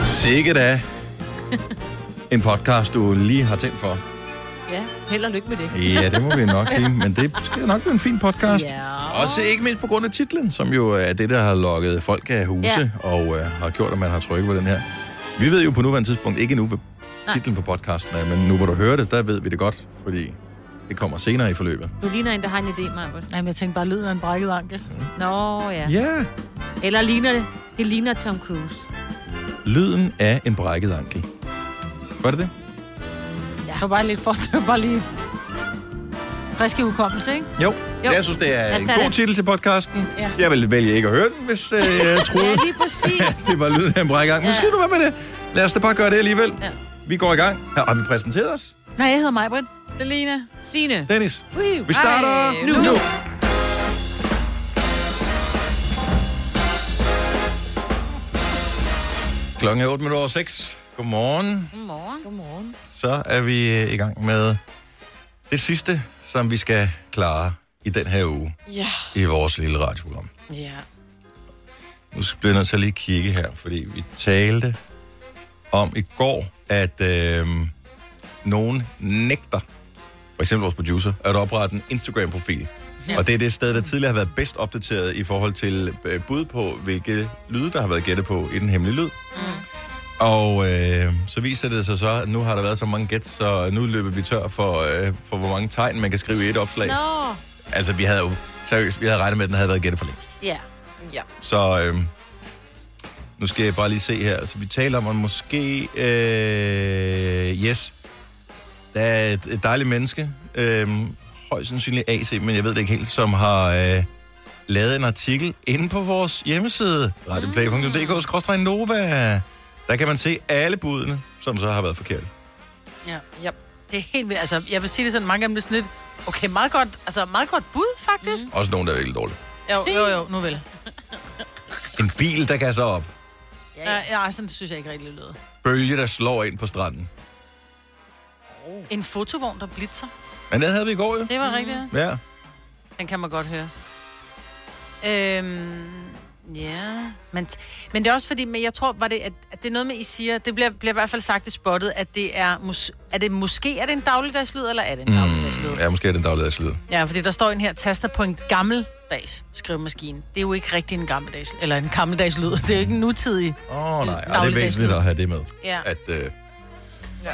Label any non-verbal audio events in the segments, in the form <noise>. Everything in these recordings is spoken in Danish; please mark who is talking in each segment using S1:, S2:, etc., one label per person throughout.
S1: Sikkert er en podcast, du lige har tændt for.
S2: Ja, held og lykke med det.
S1: Ja, det må vi
S2: <laughs>
S1: nok sige, men det skal nok blive en fin podcast.
S2: Ja.
S1: Også ikke mindst på grund af titlen, som jo er det, der har lukket folk af huse,
S2: Ja.
S1: og øh, har gjort, at man har trykket på den her. Vi ved jo på nuværende tidspunkt ikke endnu, hvad titlen på podcasten er, men nu hvor du hører det, der ved vi det godt, fordi det kommer senere i forløbet.
S2: Du ligner en, der har en idé, Margot.
S3: Jamen, jeg tænkte bare, lyden af en brækket ankel.
S2: Nå, ja.
S1: Ja,
S2: Eller ligner det? Det ligner Tom Cruise.
S1: lyden af en brækket ankel. Var det det?
S3: Det var bare lidt for, det var bare lige friske hukommelse, ikke?
S1: Jo,
S2: Jo.
S1: jeg synes, det er
S2: Lad
S1: en
S2: os tage
S1: god
S2: den.
S1: titel til podcasten.
S3: Ja.
S1: Jeg ville vælge ikke at høre den, hvis øh, jeg troede,
S2: <laughs> Ja, lige præcis.
S1: det var lyden af en brækgang. Men
S2: Ja.
S1: skal du være med det? Lad os da bare gøre det alligevel.
S2: Ja.
S1: Vi går i gang. Har har vi præsenteret os?
S3: Nej, jeg hedder Majbrit.
S2: Selina. Signe.
S1: Dennis,
S2: Woo.
S1: vi starter
S2: nu.
S1: nu. Klokken er 8 minutter over 6. Godmorgen.
S2: Godmorgen. Godmorgen.
S1: Så er vi øh, i gang med det sidste, som vi skal klare i den her uge
S3: Ja.
S1: i vores lille radioprogram.
S3: Ja.
S1: Nu bliver jeg nødt til at lige kigge her, fordi vi talte om i går, at øh, nogen nægter, for eksempel vores producer, at oprette en Instagram-profil. Ja. Og det er det sted, der tidligere har været bedst opdateret i forhold til øh, bud på, hvilke lyde, der har været gættet på i den hemmelige lyd. Mm. Og øh, så viser det sig så, at nu har der været så mange gæt, så nu løber vi tør for, øh, for hvor mange tegn, man kan skrive i et opslag.
S2: Nå.
S1: Altså, vi havde jo seriøst, vi havde regnet med, at den havde været gættet for længst.
S2: Ja.
S1: Så øhm, nu skal jeg bare lige se her. Altså, vi taler om, at måske... Øh, yes. Der er et, et dejligt menneske. Øh, højst sandsynligt AC, men jeg ved det ikke helt, som har øh, lavet en artikel inde på vores hjemmeside, radioplay.dk-nova. Der kan man se alle budene, som så har været forkerte.
S3: Ja, ja. Det er helt vildt. Altså, jeg vil sige det sådan, mange af dem er sådan lidt, okay, meget godt, altså, meget godt bud, faktisk. Mm.
S1: Også nogle, der er virkelig dårlige.
S3: Jo, jo, jo, nu vel.
S1: En bil, der gasser op.
S3: Ja, ja, sådan synes jeg ikke rigtig det lyder.
S1: Bølge, der slår ind på stranden.
S3: En fotovogn, der blitzer.
S1: Men den havde vi i går, jo.
S3: Det var mm. rigtigt. ja.
S1: Ja.
S3: Den kan man godt høre. Øhm, ja. Men, t- men det er også fordi, men jeg tror, var det, at, at det er noget med, I siger, det bliver, bliver i hvert fald sagt i spottet, at det er, mus, er det måske, er det en dagligdagslyd, eller er det en mm. dagligdagslyd?
S1: Ja, måske er den dagligdags lyd.
S3: Ja, fordi der står en her, taster på en gammeldags skrivemaskine. Det er jo ikke rigtig en gammeldags, eller en gammeldags lyd. Det er jo ikke en nutidig.
S1: Åh oh, nej, og det er
S3: dagligdags
S1: væsentligt
S3: lyd.
S1: at have det med.
S3: Ja.
S1: At, øh, ja.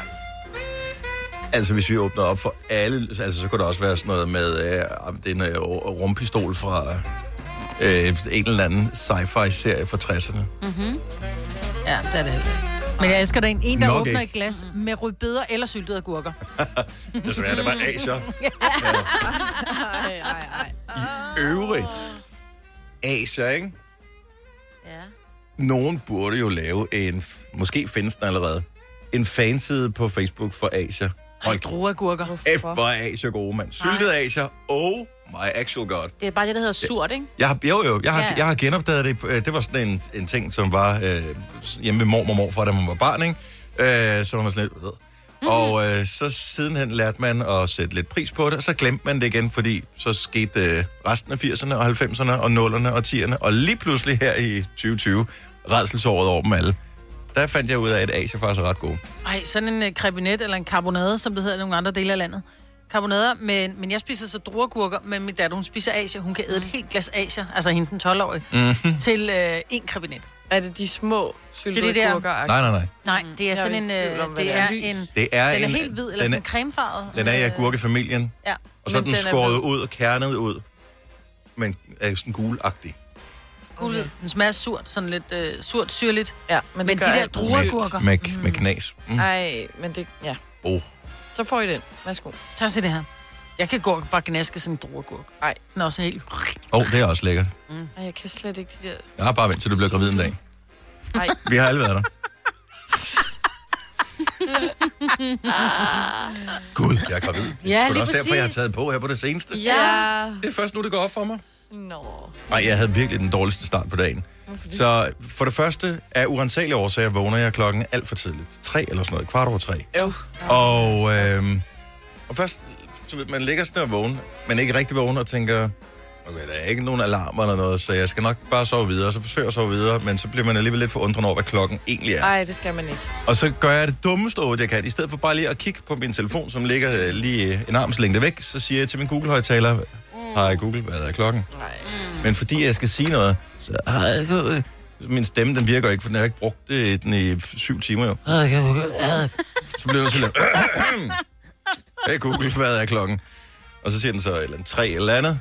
S1: Altså, hvis vi åbner op for alle, altså, så kunne der også være sådan noget med, øh, om det er en øh, rumpistol fra øh, en eller anden sci-fi-serie fra 60'erne.
S3: Mhm. Ja, det er det heller ikke. Men jeg elsker, der er en, en der
S1: Nok
S3: Nok åbner
S1: ikke.
S3: ikke. et glas med rødbeder eller syltede agurker.
S1: Desværre, det var en <laughs> Asia.
S2: Ej, ej, ej.
S1: Øvrigt. Asia, ikke?
S2: Ja.
S1: Nogen burde jo lave en, måske findes den allerede, en fanside på Facebook for Asia.
S3: Og
S1: Hold
S3: drueagurker.
S1: F, hvor er Asia gode, mand. Syltede Asia, oh my actual god.
S2: Det er bare det, der hedder surt, ikke?
S1: Jeg har, jo, jo, jeg har, ja.
S2: Ja.
S1: jeg har genopdaget det. Øh, Det var sådan en, en ting, som var øh, hjemme ved mormor og morfar, da man var barn, ikke? Øh, så var man sådan lidt... Øh. Og øh, så sidenhen lærte man at sætte lidt pris på det, og så glemte man det igen, fordi så skete øh, resten af 80'erne og 90'erne og 0'erne og 10'erne, og lige pludselig her i 2020, redselsåret over dem alle, der fandt jeg ud af, at Asia faktisk er ret god.
S3: Ej, sådan en øh, krebinet eller en karbonade, som det hedder i nogle andre dele af landet. Karbonader, men, men jeg spiser så druegurker, men min datter, hun spiser asia. Hun kan æde et helt glas asia, altså hende den 12-årige,
S1: Mhm.
S3: mm-hmm. til øh, en krebinet.
S4: Er det de små
S3: Det er det
S4: syltede
S3: der.
S4: gurker?
S1: Nej, nej, nej.
S3: Nej, det er
S4: Jeg er
S3: sådan
S4: jo i
S3: en...
S4: tvivl om,
S3: Øh,
S4: hvad
S3: det
S4: det er.
S3: er
S4: Lys.
S3: en...
S1: Det er
S3: Den er
S1: en,
S3: helt hvid, eller
S1: den,
S3: sådan
S1: er,
S3: cremefarvet.
S1: den er i agurkefamilien,
S3: Ja.
S1: og så er
S4: Men
S1: den,
S4: den er
S1: skåret
S4: hvid.
S1: ud og kernet ud, men er sådan gulagtig.
S3: Guld. Den smager surt, sådan lidt øh, surt syrligt.
S4: Ja, men,
S3: Men, men
S4: det
S3: de
S4: gør
S3: der
S4: alt.
S3: druegurker...
S1: Med, med knas. Mm.
S4: Ej, men det... Ja.
S1: Oh.
S4: Så får I den. Værsgo.
S3: Tak se det her. Jeg kan gå og bare gnaske sådan en druegurk.
S4: Ej.
S3: Den er også helt...
S1: oh, det er også lækkert.
S4: Ej, jeg kan slet ikke de der...
S1: Jeg har bare vent til du bliver gravid en dag. <laughs>
S4: Ej,
S1: Vi har alle været der. Gud, jeg er gravid. Det er sgu
S3: lige
S1: da også derfor, jeg har
S3: præcis.
S1: taget på her på det seneste.
S4: ja.
S1: Det er først nu, det går op for mig.
S4: Nå.
S1: Nej, jeg havde virkelig den dårligste start på dagen. Så for det første, af urensagelige årsager, vågner jeg klokken alt for tidligt. Tre eller sådan noget, kvart over tre.
S4: Øv.
S1: Og, øhm, øh, og først, så ved man ligger sådan og vågen, men ikke rigtig vågen og tænker, okay, der er ikke nogen alarmer eller noget, så jeg skal nok bare sove videre, så forsøger jeg at sove videre, men så bliver man alligevel lidt forundret over, hvad klokken egentlig er.
S4: Nej, det skal man ikke.
S1: Og så gør jeg det dummeste otte, jeg kan. I stedet for bare lige at kigge på min telefon, som ligger øh, lige øh, en armslængde væk, så siger jeg til min Google-højtaler, hej Google, hvad er klokken?
S4: Nej.
S3: Mm.
S1: Men fordi jeg skal sige noget, så hej Google. Min stemme, den virker ikke, for den har jeg ikke brugt øh, den i f- syv timer jo. Hej, Google, hvad er- Så bliver jeg sådan lidt, <clears throat> hey Google, hvad er klokken? Og så siger den så et eller andet, tre eller andet.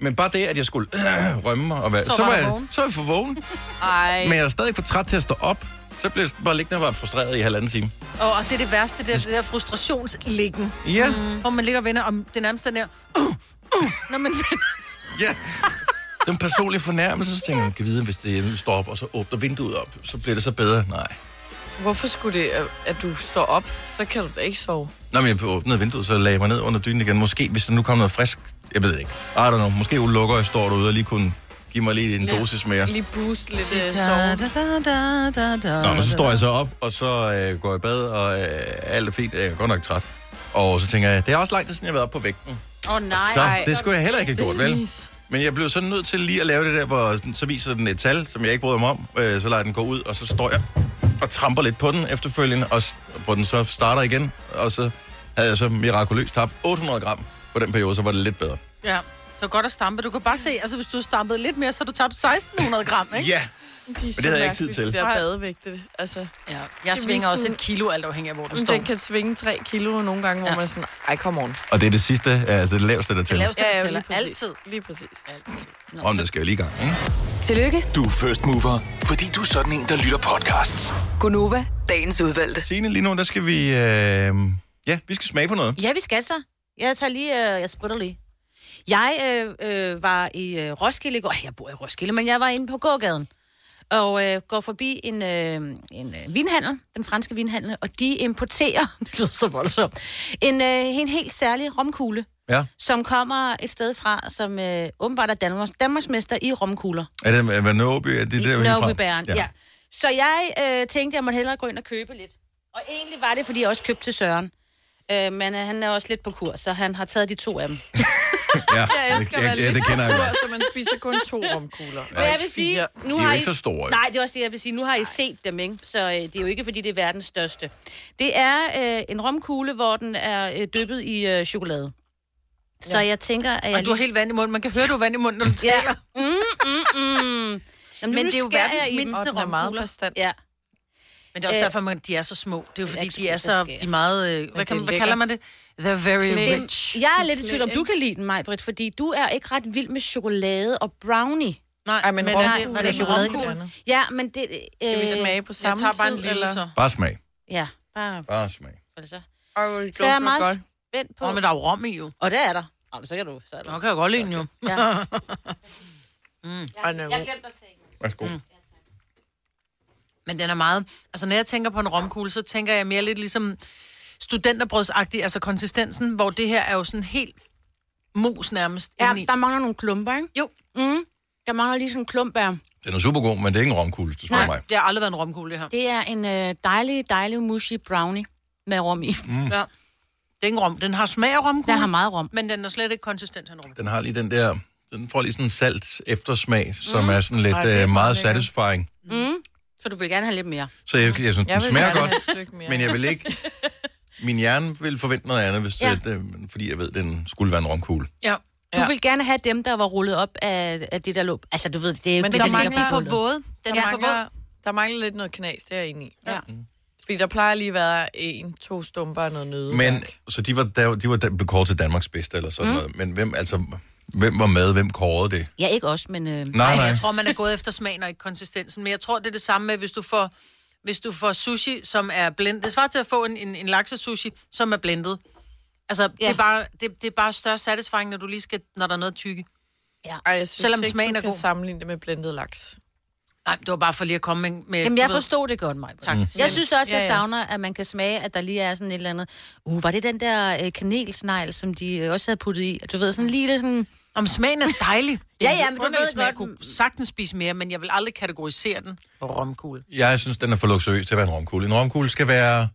S1: Men bare det, at jeg skulle <clears throat> rømme mig, og hvad, så,
S3: var
S1: var
S3: du
S1: jeg,
S3: vågen.
S1: så var jeg for vågen.
S4: Ej.
S1: Men jeg er stadig for træt til at stå op. Så blev jeg bare liggende og var frustreret i halvanden time.
S3: Og, og det er det værste, det er det der frustrationsliggen. Mm.
S1: Ja.
S3: Hvor man ligger og vender, og det er nærmest den der... Uh, uh, når man vender.
S1: Ja. Den personlige fornærmelse, så tænker jeg, kan vide, hvis det nu står op, og så åbner vinduet op, så bliver det så bedre. Nej.
S4: Hvorfor skulle det, at- at du står op, så kan du da ikke sove?
S1: Nå, men jeg åbnede vinduet, så lagde jeg mig ned under dynen igen. Måske, hvis der nu kom noget frisk, jeg ved ikke. I don't know. Måske lukker jeg står derude og lige kunne give mig lige en
S4: Ja.
S1: dosis mere.
S4: Lige boost lidt øh,
S3: Da,
S4: sove.
S3: da, da, da, da, da,
S1: Nå, men så står jeg så op, og så øh, går jeg i bad, og øh, alt er fint. Jeg er godt nok træt. Og så tænker jeg, det er også langt, siden jeg har været oppe på vægten.
S2: Åh, oh, nej.
S1: så
S2: Så.
S1: det skulle jeg heller ikke have gjort, vel?
S4: Dennis.
S1: Men jeg blev så nødt til lige at lave det der, hvor sådan- så viser den et tal, som jeg ikke bryder mig om. Øh, så lader jeg den gå ud, og så står jeg og tramper lidt på den efterfølgende, og s- hvor den så starter igen. Og så havde jeg så mirakuløst tabt 800 gram på den periode, så var det lidt bedre.
S3: Ja. Så godt at stampe. Du kan bare se, altså hvis du har stampet lidt mere, så har du tabt 1600 gram, ikke?
S1: Ja,
S4: De er
S1: Men det havde jeg ikke tid til.
S4: Det der badevægte. Altså,
S3: Ja. Jeg
S4: vil
S3: svinger også
S4: sådan-
S3: et kilo, alt afhængig af, hvor du
S4: Men
S3: står.
S4: den kan svinge 3 kilo nogle gange, hvor
S3: Ja.
S4: man er sådan, ej, come on.
S1: og det er det sidste, altså det laveste, der tæller.
S3: Laveste, ja, tæller.
S4: præcis.
S3: Altid.
S4: Lige præcis.
S1: Om det skal jo lige i gang, ikke?
S5: Tillykke,
S6: Du er first mover, fordi du er sådan en, der lytter podcasts.
S5: Gunova, dagens udvalgte.
S1: Signe, lige nu, der skal vi... Øh... Ja, vi skal smage på noget.
S2: Ja, vi skal så. Jeg tager lige, øh, jeg spritter lige. Jeg øh, øh, var i øh, Roskilde i går. Ej, Jeg bor i Roskilde, men jeg var inde på gågaden. Og øh, går forbi en, øh, en øh, vinhandel, den franske vinhandel, og de importerer, <laughs> det lyder så voldsomt, en, øh, en helt særlig romkugle,
S1: Ja.
S2: som kommer et sted fra, som øh, åbenbart er Danmarks, Danmarksmester i romkugler.
S1: Er det er det Nørreby? Er det der, vi er fra?
S2: Nørrebæren, ja. ja. Så jeg øh, tænkte, jeg måtte hellere gå ind og købe lidt. Og egentlig var det, fordi jeg også købte til Søren. Øh, men øh, han er også lidt på kur, så han har taget de to af dem.
S1: ja.
S4: Jeg elsker at være
S1: ja,
S4: lidt
S1: det kender jeg
S4: sur,
S1: godt.
S4: så man spiser kun to romkugler.
S2: Men jeg vil sige, nu
S1: De er
S2: har
S1: jo
S2: I...
S1: ikke så store. jo.
S2: Nej, det er også det, jeg vil sige. Nu har I set dem, ikke? Så øh, det er jo ikke, fordi det er verdens største. Det er øh, en romkugle, hvor den er øh, dyppet i øh, chokolade. Så jeg tænker, at jeg...
S3: Og du har
S2: lige-
S3: helt vand i munden. Man kan høre, du har vand i munden, når du
S2: Ja.
S3: taler.
S4: mm,
S2: Mm, mm. Jamen, Men det er jo
S3: skærer jeg
S2: verdens
S3: i dem.
S2: mindste
S4: Og den er meget
S2: romkugle.
S4: bestand.
S2: Ja.
S3: Men det er også
S2: Øh,
S3: derfor, man, de er så små. Det er jo fordi,
S2: ikke
S3: de er
S2: så
S3: så...
S2: skære.
S3: De er meget... Øh, hvad,
S4: det er
S3: kan, man- hvad
S4: lækkert.
S3: kalder man det? They're very
S4: Clean.
S3: rich.
S2: Jeg er lidt i tvivl om, du kan lide den, Majbrit, fordi du er ikke ret vild med chokolade og brownie.
S3: Nej,
S4: Ej, men romkugle
S3: var
S4: er
S3: det
S4: noget
S3: chokolade?
S4: andet.
S3: Jeg
S2: Ja, men det... Øh,
S4: Skal vi smage på samme
S3: tager bare en
S4: tid,
S3: lille, så.
S1: Bare smag.
S2: Ja, bare
S1: Bare smag.
S2: for det så.
S4: Ej,
S2: Så jeg er meget
S4: godt.
S2: spændt på...
S3: Åh, men der er jo rom i jo.
S2: Og der er der. Nå, men så kan du... Så er der.
S3: Nå, kan jeg godt lide den jo. <laughs>
S2: Ja.
S3: Mm.
S4: Ej, den er god.
S2: glemte at tænke.
S1: Værsgo. Mm.
S3: Men den er meget... Altså, når jeg tænker på en romkugle, så tænker jeg mere lidt ligesom studenterbrødsagtig, altså konsistensen, hvor det her er jo sådan helt mus nærmest ja, indeni.
S2: Ja, der mangler nogle klumper, ikke?
S3: Jo.
S2: Mm. Der mangler lige sådan en klump af.
S1: Den er super god, men det er ikke en romkugle, hvis du spørger mig.
S3: Det har aldrig været en romkugle, det her.
S2: Det er en øh, dejlig, dejlig mushy brownie med rom i. Mm.
S3: Ja. Det er ikke en rom. Den har smag af romkugle,
S2: Der har meget rom.
S3: men den er slet ikke konsistent af en romkugle.
S1: Den har lige den der... Den får lige sådan en salt eftersmag, som er sådan lidt øh, meget satisfying.
S3: Mm.
S2: Mm. Så du vil gerne have lidt
S3: <laughs>
S2: mere.
S1: Så jeg, jeg synes, den
S4: Jeg vil
S1: smager
S4: gerne
S1: godt,
S4: have et stykke mere.
S1: men jeg vil ikke... Min hjerne vil forvente noget andet, hvis
S2: Ja.
S1: ja. det, øh, fordi jeg ved, den skulle være en romkugle.
S3: Ja.
S2: Du ja. vil gerne have dem, der var rullet op af, af det der lå. Altså, du ved, det er jo
S4: Men
S2: det,
S4: der
S3: Der
S2: det skal
S3: mangler, de
S2: blive
S3: er for
S2: rullet.
S3: våde. Den
S4: Der,
S3: er for våd.
S4: mangler, der mangler lidt noget knas, det er jeg enig i.
S2: Ja.
S1: Mm.
S4: Fordi der plejer lige at være en, to stumper og noget nøde.
S1: Men, så de var, der, de var der, blev kåret til Danmarks bedste, eller sådan mm. noget. Men hvem, altså, hvem var med? Hvem kårede det?
S2: Ja, ikke også, men... Øh,
S1: Nej,
S3: Nej,
S1: nej.
S3: jeg tror, man er gået efter smagen og ikke konsistensen. Men jeg tror, det er det samme med, hvis du får, hvis du får sushi, som er blendet. Det svarer til at få en, en, en laksesushi, som er blendet. Altså, ja. det, er
S2: Ja.
S3: bare, det, det er bare større satisfying, når, du lige skal, når der er noget tykke.
S4: Ej, jeg synes
S3: Selvom
S4: ikke,
S3: smagen
S4: du
S3: er
S4: kan
S3: god.
S4: sammenligne det med blendet laks.
S3: Nej, det var bare for lige at komme med... med
S2: Jamen,
S3: du
S2: jeg
S3: ved-
S2: forstod det godt, mig.
S3: Tak.
S1: Mm.
S2: Jeg synes også,
S4: Ja,
S2: jeg
S4: ja.
S2: savner, at man kan smage, at der lige er sådan et eller andet... Uh, var det den der øh, kanelsnegl, som de øh, også havde puttet i? Du ved, sådan en lille sådan...
S3: Om smagen er dejlig. Det er
S2: Ja, ja,
S3: en
S2: men du
S3: underlig
S2: ved
S3: smag. Jeg
S2: godt- mm.
S3: kunne sagtens spise mere, men jeg vil aldrig kategorisere den på romkugle.
S1: Jeg synes, den er for luksuriøs til at være en romkugle. En romkugle skal være...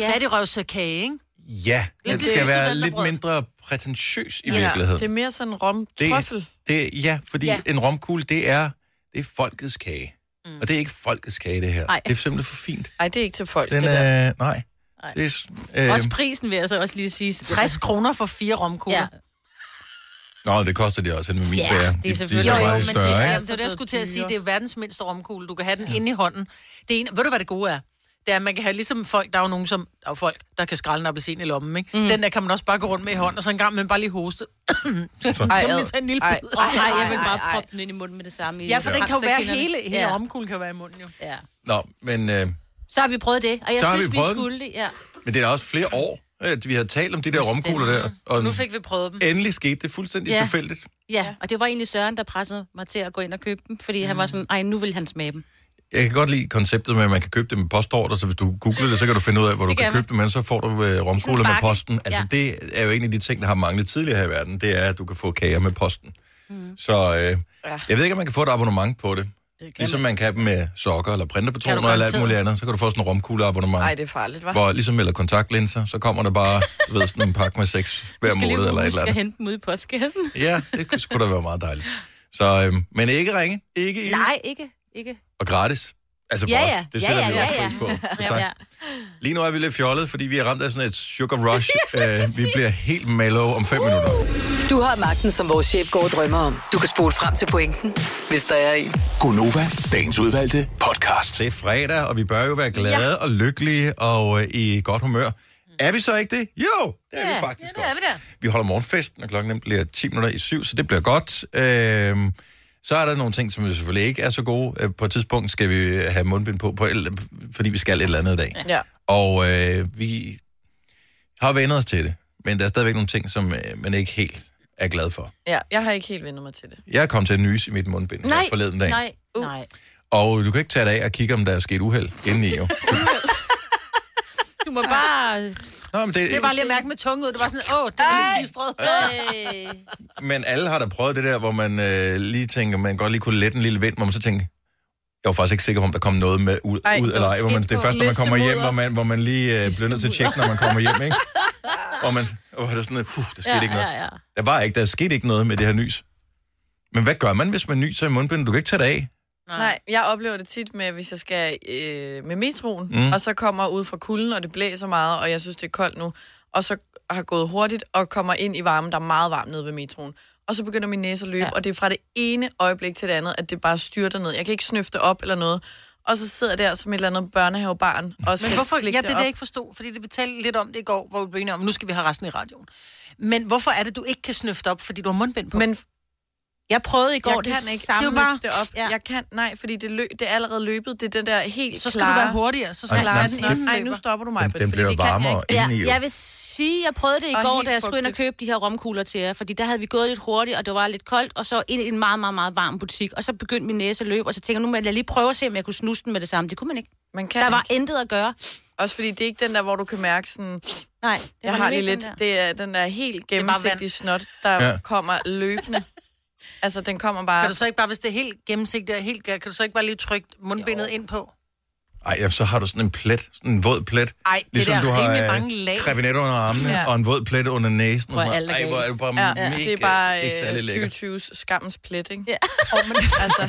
S3: Ja. Fattigrøvsekage, ikke?
S1: Ja,
S3: Lidt
S1: det
S3: det
S1: skal
S3: er
S1: være lidt
S3: studenterbrød.
S1: mindre prætentiøs i
S4: Ja. Det er
S1: virkeligheden.
S4: mere sådan rom trøffel.
S1: Det, ja, fordi
S2: Ja.
S1: ja. en romkugle, det er, det er folkets kage. Mm. Og det er ikke folkets kage, det her.
S2: Nej.
S1: Det er simpelthen for fint.
S4: Nej, det er ikke til folk.
S1: Den
S4: det der.
S1: er... Nej.
S2: Nej.
S1: Det er,
S2: Øhm.
S1: øh,
S2: Også prisen vil jeg så også lige sige.
S3: 60 kroner for fire romkugler.
S2: Ja.
S3: Ja.
S1: nå, det koster det også, end med min
S2: Ja,
S1: bager.
S2: det er
S1: De- de
S2: selvfølgelig- Jo,
S1: så
S2: jo,
S1: meget
S2: men altså
S1: større,
S3: det,
S1: ikke?
S3: er,
S4: ikke?
S3: det var det, jeg skulle til at sige.
S4: Dyre.
S3: Det er verdens mindste romkugle. Du kan have den ja. inde i hånden. Det ene, ved du, hvad det gode er? Det er, at man kan have ligesom folk, der er jo nogen som, der er jo folk, der kan skralde en appelsin i lommen, ikke? Mm. Den der kan man også bare gå rundt med i hånden, og så en gang man bare lige hoste. <clears throat> så kan man lige tage en lille
S4: Ej,
S3: bid.
S2: Og nej, jeg vil
S4: Ej,
S2: bare
S4: ej, ej.
S2: proppe den ind i munden med det samme. i-
S3: Ja, for den kan jo være
S2: hamsterkinderne.
S3: hele, hele
S2: Ja.
S3: romkuglen kan jo være i munden jo.
S2: ja.
S1: Nå, men, øh,
S2: Så har vi prøvet det, og jeg
S1: Så har
S2: synes,
S1: vi
S2: vi,
S1: prøvet den.
S2: skulle det. Ja.
S1: men det er da også flere år, at vi har talt om de der romkugler der. Og
S3: Nu fik vi prøvet dem.
S1: endelig skete det fuldstændig
S2: Ja.
S1: ja. tilfældigt.
S2: ja, og det var egentlig Søren, der pressede mig til at gå ind og købe dem, fordi mm. han var sådan, ej, nu vil han smage dem.
S1: Jeg kan godt lide konceptet med, at man kan købe dem med postorder, så hvis du googler det, så kan du finde ud af, hvor du
S2: Det
S1: kan,
S2: kan
S1: købe dem, men så får du øh, romkugler med
S2: bakke.
S1: posten. Altså,
S2: Ja.
S1: ja. det er jo en af de ting, der har manglet tidligere her i verden, det er, at du kan få kager med posten. Mm. Så øh, ja. jeg ved ikke, om man kan få et abonnement på det. det ligesom man kan have dem med sokker eller printerpatroner eller alt
S3: garanteret.
S1: muligt andet, så kan du få sådan en romkugleabonnement.
S4: Ej, det er farligt, hva'?
S1: hvor ligesom eller kontaktlinser, så kommer der bare, du ved, sådan en pakke med seks hver
S2: Skal
S1: måned
S2: lige
S1: eller
S2: huske
S1: et eller
S2: at
S1: andet.
S2: hente dem ude i postkassen.
S1: <laughs> Ja, det kunne- skulle da være meget dejligt. Så, øhm, men ikke ringe, ikke ind,
S2: Nej, ikke. ikke.
S1: og gratis. Altså for
S2: Ja,
S1: os,
S2: ja.
S1: det
S2: Ja,
S1: sætter
S2: ja,
S1: vi
S2: ja,
S1: også
S2: ja. <laughs>
S1: pris på. Så
S2: Ja,
S1: tak.
S2: ja.
S1: Lige nu er vi lidt fjollede, fordi vi er ramt af sådan et sugar
S2: <laughs>
S1: rush. Øh, vi bliver helt mellow om fem minutter.
S6: Uh!
S5: Du har magten, som vores chef går og drømmer om. Du kan spole frem til pointen, hvis der er en.
S6: Gonova, dagens udvalgte podcast.
S1: Det er fredag, og vi bør jo være glade ja. og lykkelige og øh, i godt humør. Er vi så ikke det? Jo, det
S2: Ja,
S1: er vi faktisk
S3: det er
S1: også.
S3: vi da.
S1: Vi holder morgenfesten, og klokken den bliver 10 minutter i syv, så det bliver godt. Øhm, så er der nogle ting, som selvfølgelig ikke er så gode. Øh, på et tidspunkt skal vi have mundbind på, på el- fordi vi skal et eller andet i dag.
S4: Ja.
S1: Og øh, vi har vendt os til det, men der er stadigvæk nogle ting, som øh, man ikke helt er glad for.
S4: ja, jeg har ikke helt vendt mig til det. Uh.
S1: Jeg kom til at nys i mit mundbind her
S2: Nej,
S1: forleden dag.
S2: nej, nej.
S1: Og du kan ikke tage det af og kigge, om der er sket uheld indeni jo.
S2: Du må bare...
S1: Nå, men det,
S3: Det var lige at mærke med tunge ud. Det var sådan, åh, det er klistret.
S2: Øh,
S1: Men alle har da prøvet det der, hvor man øh, lige tænker, man godt lige kunne lette en lille vind, hvor man så tænker, jeg var faktisk ikke sikker på, om der kom noget med ud,
S4: Ej,
S1: Ej, ud
S4: der
S1: eller
S4: var
S1: ej. Hvor man,
S4: skidt
S1: det er
S4: på
S1: først, når man kommer hjem,
S4: listemoder.
S1: hvor man, hvor man lige øh, bliver nødt til at tjekke, når man kommer hjem,
S7: <laughs>
S1: ikke? Og man og der er sådan, puh, der skete
S2: ja,
S1: ja, ikke noget.
S2: ja, ja.
S1: Der var ikke, der skete ikke noget med det her nys. Men hvad gør man, hvis man nyser i mundbinden? Du kan ikke tage det af.
S4: Nej, jeg oplever det tit med, hvis jeg skal øh, med metroen,
S1: Mm.
S4: mm. og så kommer ud fra kulden, og det blæser meget, og jeg synes, det er koldt nu, og så har gået hurtigt og kommer ind i varmen, der er meget varmt nede ved metroen. Og så begynder min næse at løbe, ja. og det er fra det ene øjeblik til det andet, at det bare styrter ned. Jeg kan ikke snøfte op eller noget. Og så sidder jeg der som et eller andet børnehavebarn, og skal
S3: Men hvorfor, ja, det
S4: slikke
S3: er det,
S4: op.
S3: jeg ikke forstod, fordi det, vi talte lidt om det i går, hvor vi blev enige om, nu skal vi have resten i radioen. Men hvorfor er det, du ikke kan snøfte op, fordi du har mundbind på?
S4: Men
S2: Jeg prøvede i går
S4: jeg kan
S2: det
S4: ikke
S2: samme.
S4: samme bare... det op.
S2: Ja.
S4: Ja. Jeg kan, nej, fordi det, løb, det er allerede løbet. Det er den der helt
S3: så skal
S4: klare...
S3: du være hurtigere, så skal
S1: Ej,
S3: du
S1: nej,
S3: tage den
S1: nej.
S3: inden
S4: Nej, nu stopper du mig,
S1: Den,
S4: Britt,
S1: den
S4: fordi
S1: bliver
S4: det kan jeg
S1: varmere
S4: ikke.
S1: indeni.
S2: Ja,
S1: Ja,
S2: jeg vil sige, jeg prøvede det i
S4: Og
S2: går,
S4: helt
S2: da jeg skulle ind og
S4: fugtigt.
S2: købe de her romkugler til jer, fordi der havde vi gået lidt hurtigt, og det var lidt koldt, og så ind i en meget, meget, meget varm butik, og så begyndte min næse at løbe, og så tænker jeg, nu må jeg lige prøve at se, om jeg kunne snuse den med det samme. Det kunne man ikke.
S4: Man kan
S2: Der var
S4: ikke.
S2: intet at gøre.
S4: Også fordi det er ikke den der, hvor du kan mærke sådan...
S2: Nej, det
S4: Jeg
S2: var
S4: har lige
S2: nemlig
S4: lidt...
S2: ikke den der.
S4: Det er den der helt
S3: er bare vand.
S4: gennemsigtige snot, der
S1: Ja.
S4: ja. kommer
S3: <laughs>
S4: løbende. Altså, den kommer bare...
S3: Kan du så ikke bare, hvis det er helt gennemsigtigt og helt galt, kan du så ikke bare lige trykke mundbindet ind på?
S1: Ej, ja, så har du sådan en plet, sådan en våd plet.
S3: Ej, det
S1: ligesom
S3: der er
S1: du har
S3: rimelig
S1: øh,
S3: mange lag.
S1: krebinet under armene
S4: Ja.
S1: og en våd plet under næsen.
S2: Hvor
S1: Og sådan
S2: alt er
S1: noget. Ej,
S2: galt.
S1: hvor er du bare
S4: Ja,
S1: mega,
S4: det er bare
S1: ikke særlig
S4: øh,
S1: lækkert.
S4: 2020's skammens plet, ikke? <laughs>
S2: Ja.
S4: Oh, men, altså,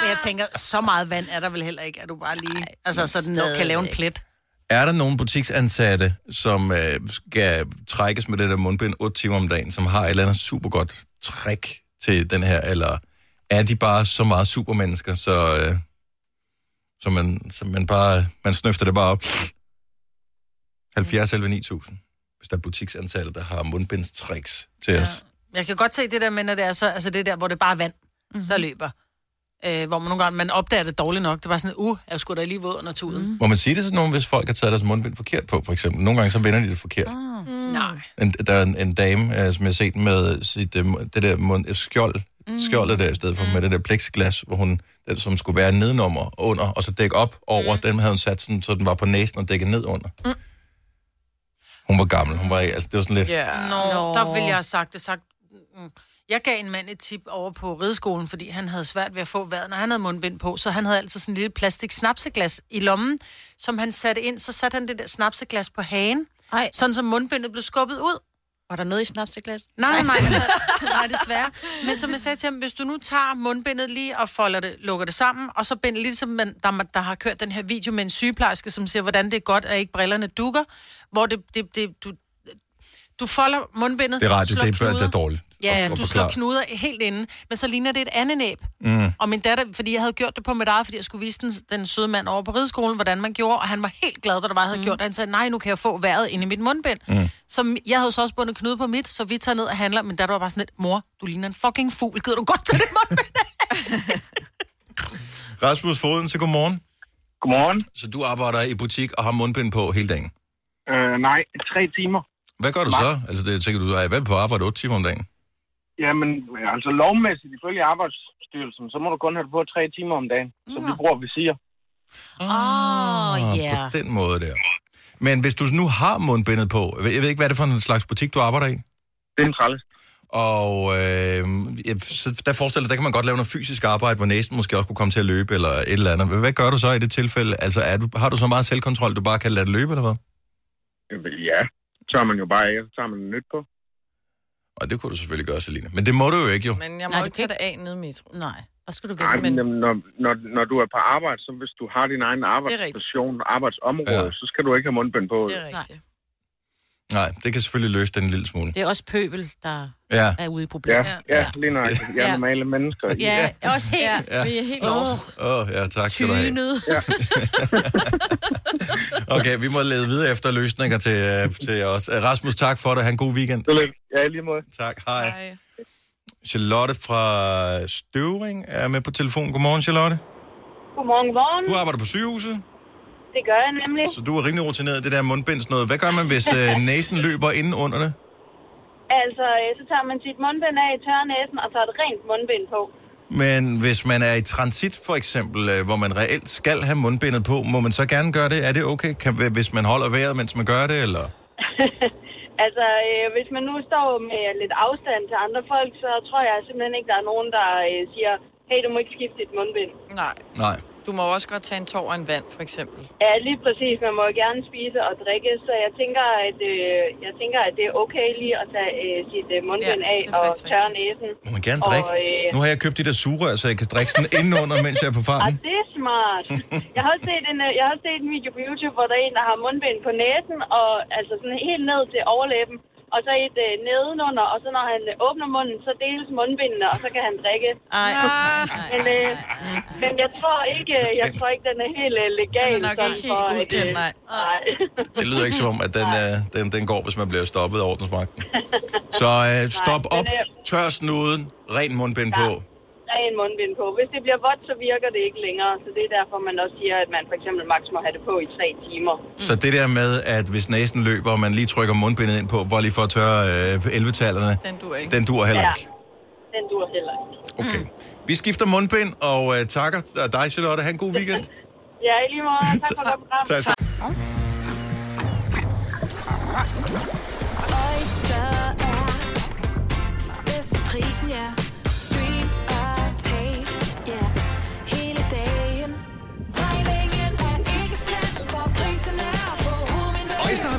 S3: Men jeg tænker, så meget vand er der vel heller ikke, at du bare lige altså, så den
S2: stadigvæk.
S3: kan lave en plet.
S1: Er der nogen butiksansatte, som øh, skal trækkes med det der mundbind 8 timer om dagen, som har et eller andet super godt trick til den her, eller er de bare så meget supermennesker, så, øh, så, man, så man bare man snøfter det bare op? 70 11 9000, hvis der er butiksansatte, der har mundbindstricks til ja. os.
S3: Jeg kan godt se det der med, når det er så, altså det der, hvor det bare er vand,
S2: Mhm.
S3: mm-hmm. der løber. Øh, hvor man nogle gange, man opdager det dårligt nok. Det var sådan, uh, jeg skulle da lige våd under tuden. Mm.
S1: Må man sige det til nogen, hvis folk har taget deres mundbind forkert på, for eksempel? Nogle gange så vender de det forkert.
S2: Mhm.
S3: Mm. Nej.
S1: En, der er en, en dame, øh, som jeg har set med sit, øh, det der mund, øh, skjold, mm. skjoldet der i stedet for, mm. med det der plexiglas, hvor hun, den som skulle være nedenommer og under, og så dække op over, mm. den havde hun sat sådan, så den var på næsen og dækket ned under. Mm. Hun var gammel, hun var, ikke- altså det var sådan lidt, yeah.
S4: ja.
S3: Nå,
S2: Nå.
S3: der ville jeg have sagt det. Sagt, mm. Jeg gav en mand et tip over på rideskolen, fordi han havde svært ved at få vejret, når han havde mundbind på, så han havde altid sådan en lille plastik snapseglas i lommen, som han satte ind, så satte han det der snapseglas på hagen,
S2: Ej, så
S3: sådan som mundbindet blev skubbet ud.
S2: var der noget i snapseglas?
S3: Nej, nej, altså, <laughs> nej, desværre. Men som jeg sagde til ham, hvis du nu tager mundbindet lige og folder det, lukker det sammen, og så binder ligesom, man, der, der har kørt den her video med en sygeplejerske, som siger, hvordan det er godt, at ikke brillerne dukker, hvor det, det, det du, du folder mundbindet,
S1: Det er radio,
S3: slår
S1: det er, det
S3: knuder.
S1: er dårligt.
S3: Ja, ja,
S1: at- at
S3: du slår
S1: forklare.
S3: knuder helt inde, men så ligner det et andenæb. Mm. Og min datter, fordi jeg havde gjort det på mit eget, fordi jeg skulle vise den, den søde mand over på rideskolen, hvordan man gjorde, og han var helt glad, da der var, jeg havde mm. gjort det. Han sagde, nej, nu kan jeg få vejret inde i mit mundbind. Mm. Så jeg havde så også bundet knude på mit, så vi tager ned og handler, men datter var bare sådan lidt, mor, du ligner en fucking fugl, gider du godt til det mundbind?
S1: Rasmus Foden, så godmorgen.
S8: Godmorgen.
S1: Så du arbejder i butik og har mundbind på hele dagen.
S8: Øh, nej, tre timer.
S1: Hvad gør du så? Altså, det tænker du, ej, hvad er på arbejde 8 timer om dagen?
S8: Jamen, altså lovmæssigt, ifølge Arbejdsstyrelsen, så må du kun have det på tre timer om dagen. Så vi bruger visier.
S2: Åh,
S1: Ah,
S2: ja.
S1: På den måde der. Men hvis du nu har mundbindet på, jeg ved ikke, hvad det er for en slags butik, du arbejder i,
S8: Det er en træls.
S1: og øh, jeg- så der forestiller jeg, der kan man godt lave noget fysisk arbejde, hvor næsten måske også kunne komme til at løbe, eller et eller andet. Hvad gør du så i det tilfælde? Altså, er du, har du så meget selvkontrol, du bare kan lade det løbe, eller hvad?
S8: Jamen, ja, så tager man jo bare af, og så tager man en nyt på.
S1: Og det kunne du selvfølgelig gøre, Selina. Men det må du jo ikke, jo.
S4: Men jeg må
S2: Nej,
S4: jo
S2: det
S4: ikke tage
S2: kan-
S4: det af nede i metroen.
S2: Nej, hvad skal du
S8: Nej,
S2: vælge?
S8: men
S2: Men,
S8: jamen, når, når, når du er på arbejde, så hvis du har din egen arbejdsstation, arbejdsområde,
S1: Ja.
S8: ja. så skal du ikke have mundbind på.
S4: Det er rigtigt.
S1: Nej, det kan selvfølgelig løse den en lille smule.
S2: det er også pøbel, der
S1: Ja.
S2: er ude i
S8: Ja,
S2: problemer.
S8: ja, ja, lige nok. Vi er normale mennesker.
S2: Ja, ja. også helt. <laughs> Ja.
S4: Ja, vi er helt
S2: Åh,
S4: lost.
S1: Åh, oh, ja, tak skal du have.
S2: tynet.
S1: Okay, vi må lede videre efter løsninger til, øh, til os. Øh, Rasmus, tak for det. Han god weekend.
S8: Så lidt. Ja, i lige måde.
S1: Tak, hej. hej.
S4: Nej.
S1: Charlotte fra Støvring er med på telefon. Godmorgen, Charlotte.
S9: Godmorgen, godmorgen.
S1: Du arbejder på sygehuset,
S9: Det gør jeg nemlig.
S1: så du er rimelig rutineret i det der mundbinds noget. Hvad gør man, hvis
S4: <laughs>
S1: øh, næsen løber inden under det?
S9: Altså, øh, så tager man sit mundbind af i tørre næsen og tager et rent mundbind på.
S1: Men hvis man er i transit, for eksempel, øh, hvor man reelt skal have mundbindet på, må man så gerne gøre det? Er det okay, kan, hvis man holder vejret, mens man gør det? Eller?
S9: altså, øh, hvis man nu står med lidt afstand til andre folk, så tror jeg simpelthen ikke, der er nogen, der øh, siger, hey, du må ikke skifte dit mundbind.
S4: Nej.
S1: Nej.
S4: Du må jo også godt tage en tår og en vand, for eksempel.
S9: Ja, lige præcis. Man må jo gerne spise og drikke, så jeg tænker, at, øh, jeg tænker, at det er okay lige at tage øh, sit øh, mundbind
S4: Ja,
S9: af
S4: det er
S9: og
S4: faktisk
S9: tørre
S4: rigtigt.
S9: næsen.
S1: Må man gerne
S9: Og,
S1: drikke?
S9: øh,
S1: Nu har jeg købt de der sugerør, så jeg kan drikke sådan indenunder, mens jeg er på
S9: Ah,
S1: farten.
S9: det er smart. Jeg har også set en, øh, jeg har også set en video på YouTube, hvor der er en, der har mundbind på næsen, og altså sådan helt ned til overlæben, og så et øh, nedenunder, og så når han øh, åbner munden, så deles mundbindene, og så kan han drikke.
S2: Ej,
S4: Ah,
S9: Men, øh, men jeg tror ikke, øh, jeg tror ikke, den er helt øh, legal.
S4: Den er nok
S9: sådan
S4: ikke helt
S9: for,
S4: godkendt,
S9: øh,
S4: nej.
S9: nej.
S1: Det lyder ikke som om, at den, øh, den, den går, hvis man bliver stoppet af ordensmagten. Så øh, stop
S9: men,
S1: op,
S9: øh,
S1: tør snuden, ren mundbind på.
S9: Mm. Ren mundbind på. Hvis det bliver vådt, så virker det ikke længere, så det er derfor, man også siger, at man for eksempel maks må have det på i tre timer.
S1: Så det der med, at hvis næsen løber, og man lige trykker mundbindet ind på, bare lige for at tørre øh, 11-tallerne,
S4: den du ikke.
S1: den dur heller
S9: Ja.
S1: ikke.
S9: Den dur heller ikke.
S1: Okay. Vi skifter mundbind, og øh, takker dig, Charlotte. Ha' en god weekend.
S9: Ja, i lige måde. Tak for godt program.
S1: <laughs> Tak.
S7: Oyster er bedst til er prisen, ja. Stream og tag, ja. Hele dagen. Regningen er ikke slem, for prisen er på hovedet.
S6: Øjster har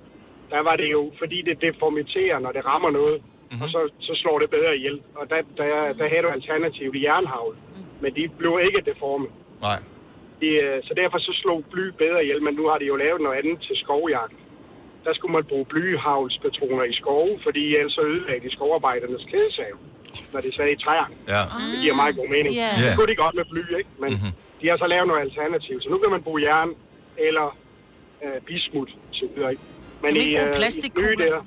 S10: der var det jo, fordi det deformiterer, når det rammer noget.
S1: Mhm.
S10: Mm-hmm. Og så, så slår det bedre ihjel. Og der, der, der havde du alternativt i jernhavl. Men de blev ikke deforme.
S1: Nej.
S10: De, øh, så derfor så slog bly bedre ihjel, men nu har de jo lavet noget andet til skovjagt. Der skulle man bruge blyhavlspatroner i skove, fordi ellers så ødelagde de skovarbejdernes kædesave, når de sad i træerne.
S1: Ja.
S10: Det giver meget god mening.
S1: Ja.
S10: Yeah.
S1: Ja.
S10: Det kunne de godt med bly, ikke? Men mm-hmm. de har så lavet noget alternativ, så nu kan man bruge jern eller øh, bismut, så videre, ikke? Men
S3: Kan vi ikke bruge
S10: øh,
S3: plastikkugler?
S10: i nye der...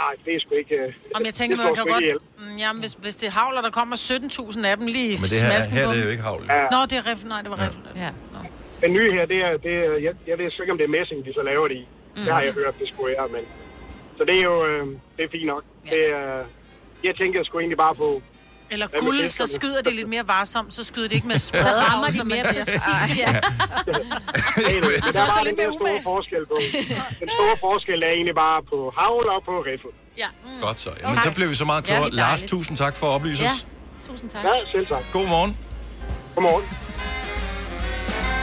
S10: Nej, det er sgu ikke... Øh,
S3: Om jeg tænker,
S10: det
S3: man
S10: slår
S3: kan
S10: sgu ikke ihjel.
S3: godt... Mm, Jamen, hvis, hvis det er havler, der kommer 17.000 af dem lige i
S1: Men det her-
S3: smasken
S1: her
S3: på
S1: er det
S3: dem.
S1: jo ikke havl.
S10: Ja.
S3: Nå, det er riffel. Nej, det var riffel. Ja.
S10: Den nye her, det er, det er jeg, jeg ved sgu ikke, om det er messing, de så laver det i. Mm.
S3: Mhm.
S10: Det har jeg hørt, det skulle være, men... Så det er jo øh, det er fint nok. Ja. Det, øh, jeg tænker sgu egentlig bare på...
S3: Eller
S10: Hvad med
S3: guld, så
S10: fiskerne?
S3: skyder det lidt mere varsomt, så skyder det
S2: <laughs>
S3: ikke med spredhavl,
S2: Så rammer de
S10: <laughs>
S3: som man
S2: mere
S3: siger.
S2: præcist, ja.
S3: Ej.
S10: Men
S3: Der
S10: <laughs> der
S3: er
S10: er
S3: så
S10: bare
S3: lidt
S10: den der
S3: mere
S10: store forskel
S3: <laughs>
S10: på. Den store forskel er egentlig bare på havl og på riffel.
S3: Ja.
S2: mm,
S1: Godt så. Jamen, så blev vi så meget
S10: Ja, det er
S1: klogere. Lars,
S10: dejligt.
S1: tusind tak for at oplyse os.
S2: Tusind tak.
S10: Ja, selv tak.
S1: Godmorgen.
S10: Godmorgen.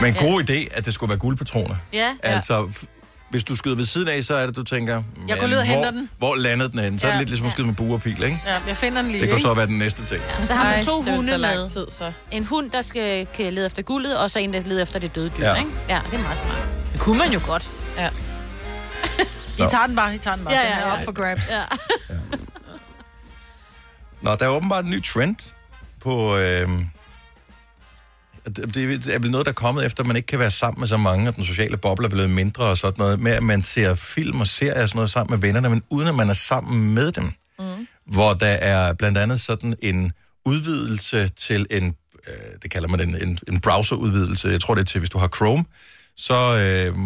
S1: Men god idé, at det skulle være guldpatroner.
S3: Ja.
S1: Altså, f- hvis du skyder ved siden af, så er det, du tænker...
S3: Jeg går
S1: men
S3: ned og henter
S1: hvor,
S3: den.
S1: Hvor landede den henne? Så er
S3: Ja.
S1: det lidt ligesom at skyde med buer og pil, ikke?
S3: Ja, jeg finder den lige,
S1: Det kunne
S3: ikke?
S1: så være den næste ting.
S2: Og Så har man
S3: Ej,
S2: to
S3: det ville tage
S2: hunde
S3: lang
S2: med.
S3: tid,
S2: så. En hund, der skal, kan lede efter guldet, og så en, der leder efter det døde dyr,
S1: Ja.
S2: ja. ikke? Ja, det er meget smart. Det kunne man jo godt.
S1: <laughs>
S2: Ja.
S3: I tager den bare, I tager den bare.
S2: Ja,
S3: Den
S2: ja,
S3: er
S2: ja.
S3: op for grabs. Ja.
S1: Nå, der er åbenbart en ny trend på øh, at det er vel noget, der er kommet efter, at man ikke kan være sammen med så mange, og den sociale boble er blevet mindre og sådan noget, med at man ser film og serier og sådan noget sammen med vennerne, men uden at man er sammen med dem.
S7: Mm.
S1: hvor der er blandt andet sådan en udvidelse til en, øh, det kalder man en, en, en browserudvidelse, jeg tror det er til, hvis du har Chrome, så, øh,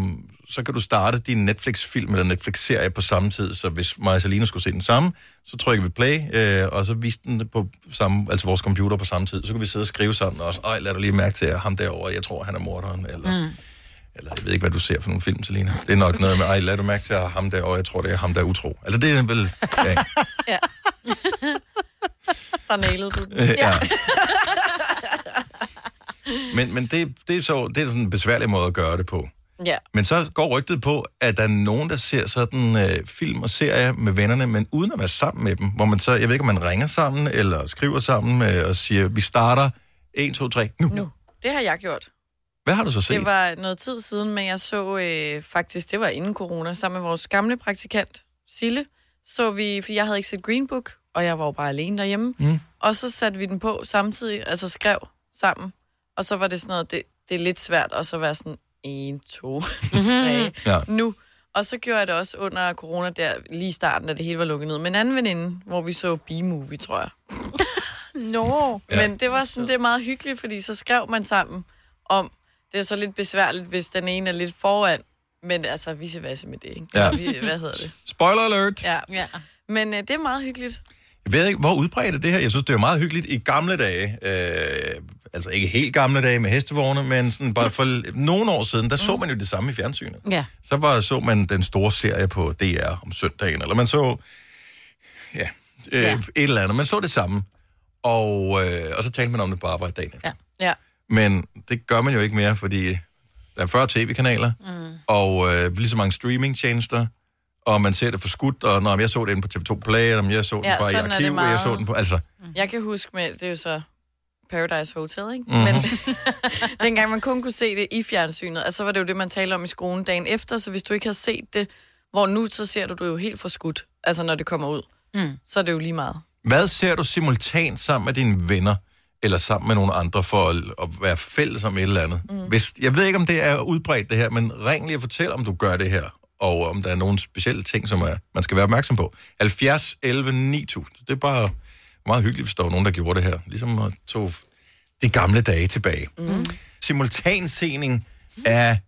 S1: så kan du starte din Netflix-film eller Netflix-serie på samme tid, så hvis mig og Selina skulle se den samme, så trykker vi play, øh, og så viste den på samme, altså vores computer på samme tid, så kan vi sidde og skrive sammen også, ej, lad du lige mærke til ham derovre, jeg tror, han er morderen, eller
S7: Mm.
S1: eller jeg ved ikke, hvad du ser for nogle film, Selina. Det er nok noget med, ej, lad du mærke til at ham der, og jeg tror, det er ham, der er utro. Altså, det er vel... Ja, ikke?
S4: Ja. der nailede du den.
S1: Øh, ja. Men, men det, det, er så, det er sådan en besværlig måde at gøre det på.
S4: ja.
S1: Men så går rygtet på, at der er nogen, der ser sådan øh, film og serier med vennerne, men uden at være sammen med dem. Hvor man så, jeg ved ikke, om man ringer sammen, eller skriver sammen øh, og siger, vi starter 1, 2, 3, nu. nu.
S4: Det har jeg gjort.
S1: Hvad har du så set?
S4: Det var noget tid siden, men jeg så øh, faktisk, det var inden corona, sammen med vores gamle praktikant, Sille, så vi, for jeg havde ikke set Green Book, og jeg var jo bare alene derhjemme,
S1: Mm.
S4: og så satte vi den på samtidig, altså skrev sammen, og så var det sådan noget, det, det er lidt svært at så være sådan, en, to, <laughs> tre,
S7: Ja.
S4: nu. Og så gjorde jeg det også under corona, der lige i starten, da det hele var lukket ned, med en anden veninde, hvor vi så B-movie, tror jeg. No.
S7: Ja.
S4: Men det var sådan, det er meget hyggeligt, fordi så skrev man sammen om, det er så lidt besværligt, hvis den ene er lidt foran, men altså vice versa med det, ikke?
S1: Ja.
S4: Vi- Hvad hedder
S1: <laughs>
S4: det?
S1: Spoiler alert!
S4: Ja. ja. Men øh, det er meget hyggeligt.
S1: Jeg ved ikke, hvor udbredt er det her? Jeg synes, det er meget hyggeligt i gamle dage. Øh, altså ikke helt gamle dage med hestevogne, men sådan bare for l- nogle år siden, der
S4: Mm.
S1: så man jo det samme i fjernsynet.
S2: Ja.
S1: Så var, så man den store serie på DR om søndagen, eller man så ja, øh,
S4: Ja.
S1: ja. et eller andet. Man så det samme, og, øh, og så talte man om det på arbejde dagen efter.
S4: Ja.
S1: Men det gør man jo ikke mere, fordi der er 40 tv-kanaler, mm. og øh, lige så mange streaming-tjenester, og man ser det for skudt, og når jeg så det inde på TV2 Play, eller om jeg så den
S4: Ja,
S1: bare i
S4: sådan er det
S1: arkiv, og jeg
S4: meget.
S1: så den på... Altså,
S4: Jeg kan huske med, det er jo så Paradise Hotel, ikke?
S1: Mhm.
S4: Mm-hmm. Men <laughs> dengang man kun kunne se det i fjernsynet, altså var det jo det, man talte om i skolen dagen efter, så hvis du ikke har set det, hvor nu, så ser du det jo helt forskudt, altså når det kommer ud. Mm. Så er det jo lige meget.
S1: hvad ser du simultant sammen med dine venner, eller sammen med nogle andre, for at, at være fælles om et eller andet? Mm. Hvis, jeg ved ikke, om det er udbredt det her, men ring lige og fortæl, om du gør det her, og om der er nogle specielle ting, som er, man skal være opmærksom på. 70 11 9000. Det er bare meget hyggeligt, hvis der var nogen, der gjorde det her. Ligesom at tog de gamle dage tilbage. Mm. Simultansening af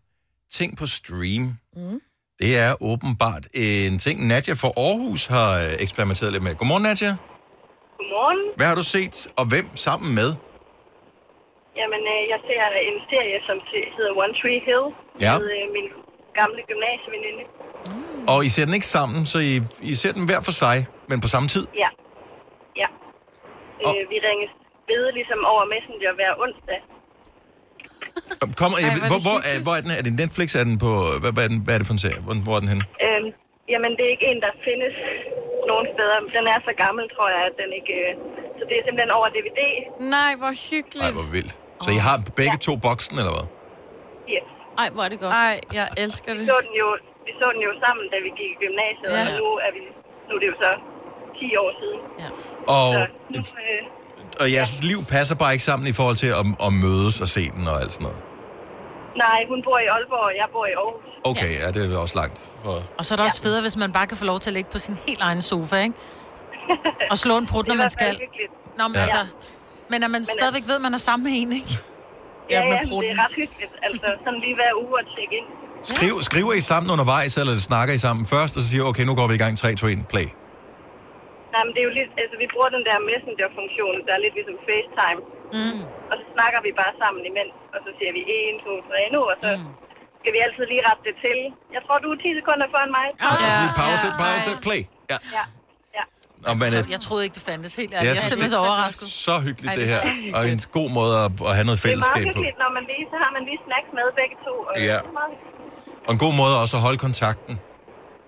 S1: ting på stream.
S7: Mm.
S1: Det er åbenbart en ting, Nadja fra Aarhus har øh, eksperimenteret lidt med. Godmorgen, Nadja.
S11: Godmorgen.
S1: Hvad har du set, og hvem sammen med?
S11: Jamen, øh, jeg ser en serie, som se- hedder One Tree Hill.
S1: Ja. Mm.
S11: Med øh, min gamle gymnasieveninde.
S1: Og I ser den ikke sammen, så I, I ser den hver for sig, men på samme tid.
S11: Ja. Ja. Øh, vi ringes ved ligesom over Messenger hver onsdag.
S1: Kom,
S11: Ej, hvor er
S1: jeg, ved- hvor,
S11: det
S1: hvor, er,
S11: hyggeligt.
S1: hvor er den? Er det Netflix? Er den på... Hvad, hvad, er, den, hvad er det for en serie? Hvor, hvor er den henne?
S11: Øh, jamen, det er ikke en, der findes nogen steder. Den er så gammel, tror jeg, at den ikke... Øh, så det er simpelthen over DVD.
S4: Nej, hvor hyggeligt.
S1: Ej, hvor vildt. Så I har begge to boksen, eller hvad?
S11: Yes.
S2: Ej, hvor er det godt.
S4: Ej, jeg elsker det.
S11: Vi så den jo, vi så den jo sammen, da vi gik i gymnasiet, ja. og nu er, vi, nu er det jo så 10 år siden. Ja.
S1: Og,
S11: Så nu, øh,
S1: og jeres liv passer bare ikke sammen i forhold til at, at mødes og se den og alt sådan noget.
S11: nej, hun bor i Aalborg, og jeg bor i Aarhus.
S1: Okay, ja, ja det er også langt. For...
S3: Og så er det også federe, hvis man bare kan få lov til at ligge på sin helt egen sofa,
S11: <laughs>
S3: ikke? Og slå en prut, når man skal. Nå, men
S1: Ja.
S3: ja. altså... Men at man stadigvæk ved, at man er sammen med en, ikke?
S11: Ja,
S3: med
S11: ja,
S3: prutten.
S11: det er ret hyggeligt. Altså, sådan lige hver uge at tjekke ind.
S1: Skriv, skriver I sammen undervejs, eller snakker I sammen først, og så siger okay, nu går vi i gang 3, 2, 1, play?
S11: Nej, men det er jo lidt, altså, vi bruger den der messenger-funktion, der er lidt ligesom FaceTime.
S7: Mm.
S11: Og så snakker vi bare sammen imens, og så siger vi 1, 2, 3 nu, og så mm. skal vi altid lige rette det til. Jeg tror, du er 10 sekunder foran mig.
S1: Ja, så lige pause, pause, play. Ja.
S11: Ja. ja.
S1: Og man,
S3: Så
S1: er-
S3: jeg troede ikke, det fandtes helt
S1: Ja,
S3: ærligt. Jeg er
S1: det-
S3: simpelthen så overrasket.
S1: Så hyggeligt
S3: Ej,
S1: det,
S3: det er så
S1: her.
S3: hyggeligt.
S1: Og en god måde at, at have noget
S11: Det er
S1: fællesskab
S11: meget
S1: på.
S11: hyggeligt, når man lige, så har man lige snacks med begge to. Og
S1: Ja.
S11: det er meget hyggeligt.
S1: Og en god måde også at holde kontakten.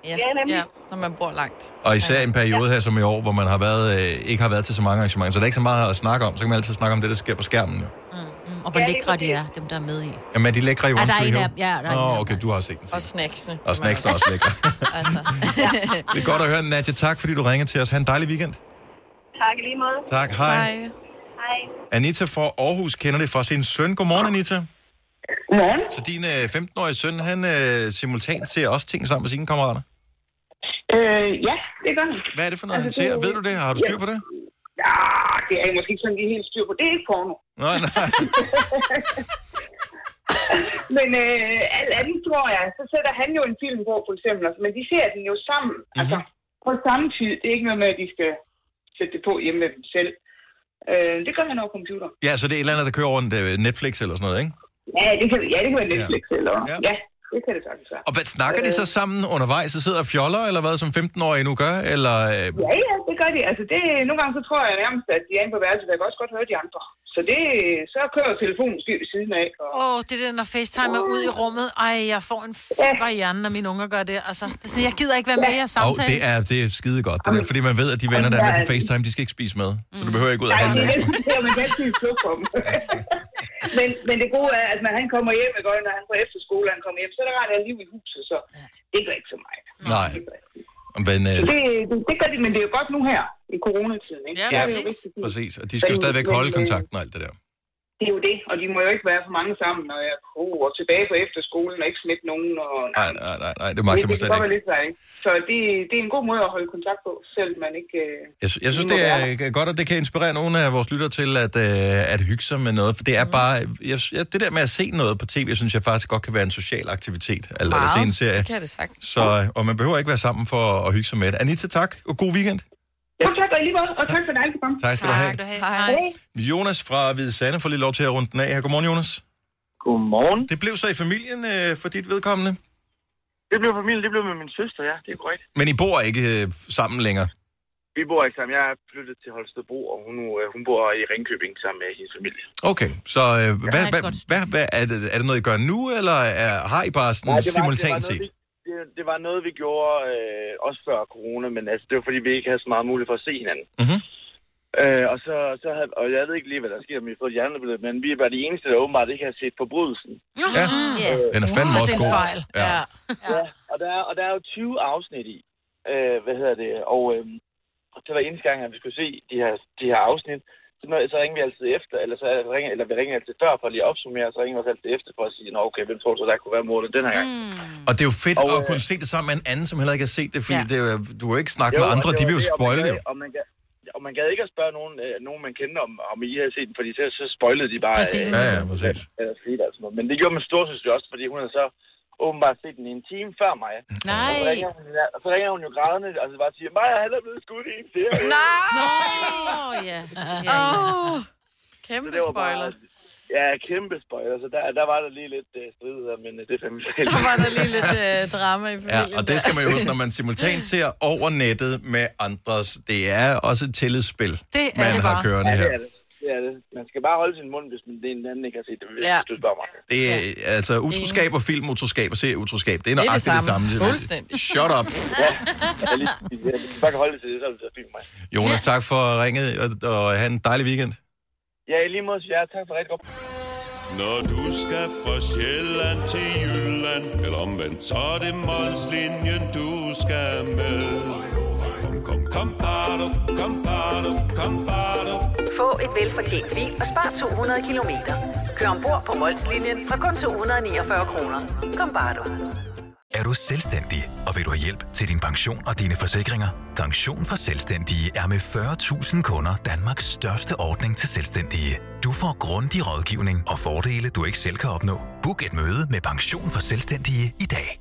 S4: Ja, ja, ja når man bor langt.
S1: Og især i en periode her som i år, hvor man har været, øh, ikke har været til så mange arrangementer. Så der er ikke så meget at snakke om. Så kan man altid snakke om det, der sker på skærmen. Jo.
S2: Mm, og hvor lækre de er, dem der er med i.
S1: Jamen er de lækre i
S2: Ej,
S1: One
S2: der er
S1: Tree
S2: en
S1: Hill?
S2: af- ja, der er en af
S1: Nå,
S2: dem,
S1: okay, du har også set den.
S4: Og snacksene.
S1: Og snacks er også lækre.
S4: altså.
S1: Det er godt at høre, Nadja. Tak, fordi du ringede til os. Ha' en dejlig weekend.
S11: Tak i lige måde.
S1: Tak, hej.
S11: Hej.
S12: Hej.
S1: Anita fra Aarhus kender det fra sin søn. Godmorgen, Anita.
S12: Godmorgen.
S1: Så din øh, 15-årige søn, han øh, simultant ser også ting sammen med sine kammerater.
S12: Øh, ja, det gør han.
S1: Hvad er det for noget, han ser? Ved du det? Har du styr på det?
S12: Ja, det er jeg måske ikke sådan lige helt styr på. Det er ikke
S1: <laughs>
S12: porno.
S1: Nej, nej.
S12: Men øh, alt andet, tror jeg, så sætter han jo en film på, for eksempel. altså, Men de ser den jo sammen. Mm-hmm.
S1: Mhm.
S12: Altså, på samme tid. Det er ikke noget med, at de skal sætte det på hjemme med dem selv. Øh, det gør han over computer.
S1: Ja, så det er et eller andet, der kører rundt øh, Netflix eller sådan noget, ikke?
S12: Ja, det kan, ja, det kan være Netflix ja. eller ja. ja, det kan det sagtens være.
S1: Og hvad, snakker
S12: Øh.
S1: de så sammen undervejs og sidder og fjoller, eller hvad, som 15-årige nu gør? Eller, øh,
S12: Ja, ja, det gør de. Altså, det, nogle gange så tror jeg nærmest, at de er inde på værelset, der kan også godt høre de andre. Så det, så kører telefonen styr ved siden af.
S1: <laughs>
S12: Og...
S3: Åh, oh, det er det, når FaceTime er ude i rummet. Ej, jeg får en feber i hjernen, når mine unger gør det. Altså, Det er sådan, jeg gider ikke være med i jeres
S1: og
S3: samtale.
S1: det er, det er skide godt, det der, fordi man ved, at de venner, der er med på FaceTime, de skal ikke spise med. Så
S12: Mm.
S1: du behøver ikke ud at handle ekstra.
S12: Det er man kan altid slukke på dem. <laughs> men, men det gode er, at når han kommer hjem, ikke, og når han på efterskole, han kommer hjem, så er der rent af liv i huset, så det gør ikke så meget.
S1: Nej. Men, øh,
S12: Det, det, det gør de, men det er jo godt nu her, i coronatiden, ikke?
S1: ja,
S12: det er jo vigtigt.
S1: præcis. Og de skal jo stadigvæk holde kontakten og alt det der.
S12: Det er jo det, og de må jo ikke være for mange sammen, og jeg oh, og tilbage på efterskolen og ikke smitte nogen. Og,
S1: Nej, nej, nej, nej det magter
S12: det,
S1: man
S12: det
S1: slet
S12: kan godt
S1: ikke.
S12: være lidt svært, ikke? Så det, det er en god måde at holde kontakt på, selvom man ikke... Øh,
S1: Jeg, sy- jeg synes, det er øh, godt, at det kan inspirere nogle af vores lytter til at, øh, at hygge sig med noget. For det
S4: Mm.
S1: er bare... Jeg, jeg, det der med at se noget på tv, synes jeg faktisk godt kan være en social aktivitet. Eller at se en serie.
S4: Det kan det sagt.
S1: Så, øh, og man behøver ikke være sammen for at, at hygge sig med det. Anita, tak, og god weekend.
S12: Ja, tak, og i lige måde, og tak for dig, Alkebank.
S1: Tak skal du have. Tak skal
S12: Hej.
S1: Jonas fra Hvide Sande får lige lov til at runde den af her. Godmorgen, Jonas.
S13: Godmorgen.
S1: Det blev så i familien øh, for dit vedkommende.
S13: Det blev familien, det blev med min søster, ja, det er korrekt.
S1: Men I bor ikke øh, sammen længere.
S13: Vi bor ikke sammen. Jeg er flyttet til Holstebro, og hun, nu, øh, hun bor i Ringkøbing sammen med hendes familie.
S1: Okay, så øh,
S13: er
S1: hvad,
S13: et
S1: hvad,
S13: godt
S1: hvad, hvad, er, det, er det noget, I gør nu, eller er, har I bare sådan
S13: Nej,
S1: Nej,
S13: det var-
S1: simultant
S13: det var noget,
S1: set?
S13: vi- Det, det var noget, vi gjorde øh, også før corona, men altså, det var fordi, vi ikke havde så meget mulighed for at se hinanden.
S1: Mm-hmm.
S13: Øh, og, så, så havde, og jeg ved ikke lige, hvad der sker, om vi har fået hjerneblød, men vi er bare de eneste, der åbenbart ikke har set forbrydelsen.
S1: Ja,
S13: Mm.
S1: den er fandme
S13: Wow,
S1: også
S13: det er
S1: god.
S13: en fejl.
S1: Ja.
S13: Ja, og der, er, og der er jo 20 afsnit i, øh, hvad hedder det, og øh, til hver eneste gang, at vi skulle se de her, de her afsnit, så, når, så ringer vi altid efter, eller, så ringer, eller vi ringer altid før for lige at opsummere, og så ringer vi også altid efter for at sige, nå okay, hvem tror du, der kunne være mordet den her gang? Mm.
S1: Og det er jo fedt at
S13: øh,
S1: kunne se det sammen med en anden, som heller ikke har set det, fordi ja. det, er jo- du har ikke snakket
S13: Jo,
S1: med
S13: og
S1: andre,
S13: det
S1: de
S13: var
S1: vil jo
S13: det, og man
S1: spoile det.
S13: gad- Og man, gad, og man gad ikke at spørge nogen, øh, nogen man kendte, om, om I havde set den, fordi så, så spoilede de bare. øh,
S1: Præcis. Ja, ja, præcis.
S13: Eller fedt, altså. Men det gjorde min storsøster også, fordi hun havde så åbenbart set den en time før mig.
S7: Nej.
S13: Og så ringer hun, og så ringer hun jo grædende, og så bare siger, Maja, han er blevet skudt i en serie.
S7: Nej.
S4: <laughs> Åh, ja. Åh, kæmpe
S13: det var bare-
S4: spoiler.
S13: Ja, kæmpe spoiler. Så der, der var der lige lidt øh, strid, men øh, det er fandme fedt.
S4: Der <laughs> var der lige lidt øh, drama i familien.
S1: Ja, og det skal man jo huske, når man simultant ser over nettet med andres. Det er også et tillidsspil, man har kørende
S13: ja,
S1: her.
S13: Det er det. det er det. Man skal bare holde sin mund, hvis man, det er en anden ikke har set det, hvis
S4: Ja.
S13: ja. du spørger mig.
S1: Det er altså utroskab og film, utroskab og serie, utroskab. Det er nøjagtigt det samme.
S13: Fuldstændig.
S1: Shut <laughs> up.
S13: Ja, jeg lige, jeg, hvis du bare kan holde det til det, så er det så fint med mig.
S1: Jonas, tak for ringet, og, og have en dejlig weekend.
S13: Ja, i lige måde, ja, tak for rigtig godt.
S14: Når du skal fra Sjælland til Jylland, eller omvendt, så er det Molslinjen, du skal med. Kom, kom, kom, bado, kom, bado, kom, bado.
S15: Få et velfortjent bil og spar 200 kilometer. Kør ombord på Molslinjen fra kun 249 kroner. Kom bare du.
S16: Er du selvstændig, og vil du have hjælp til din pension og dine forsikringer? Pension for Selvstændige er med 40.000 kunder Danmarks største ordning til selvstændige. Du får grundig rådgivning og fordele, du ikke selv kan opnå. Book et møde med Pension for Selvstændige i dag.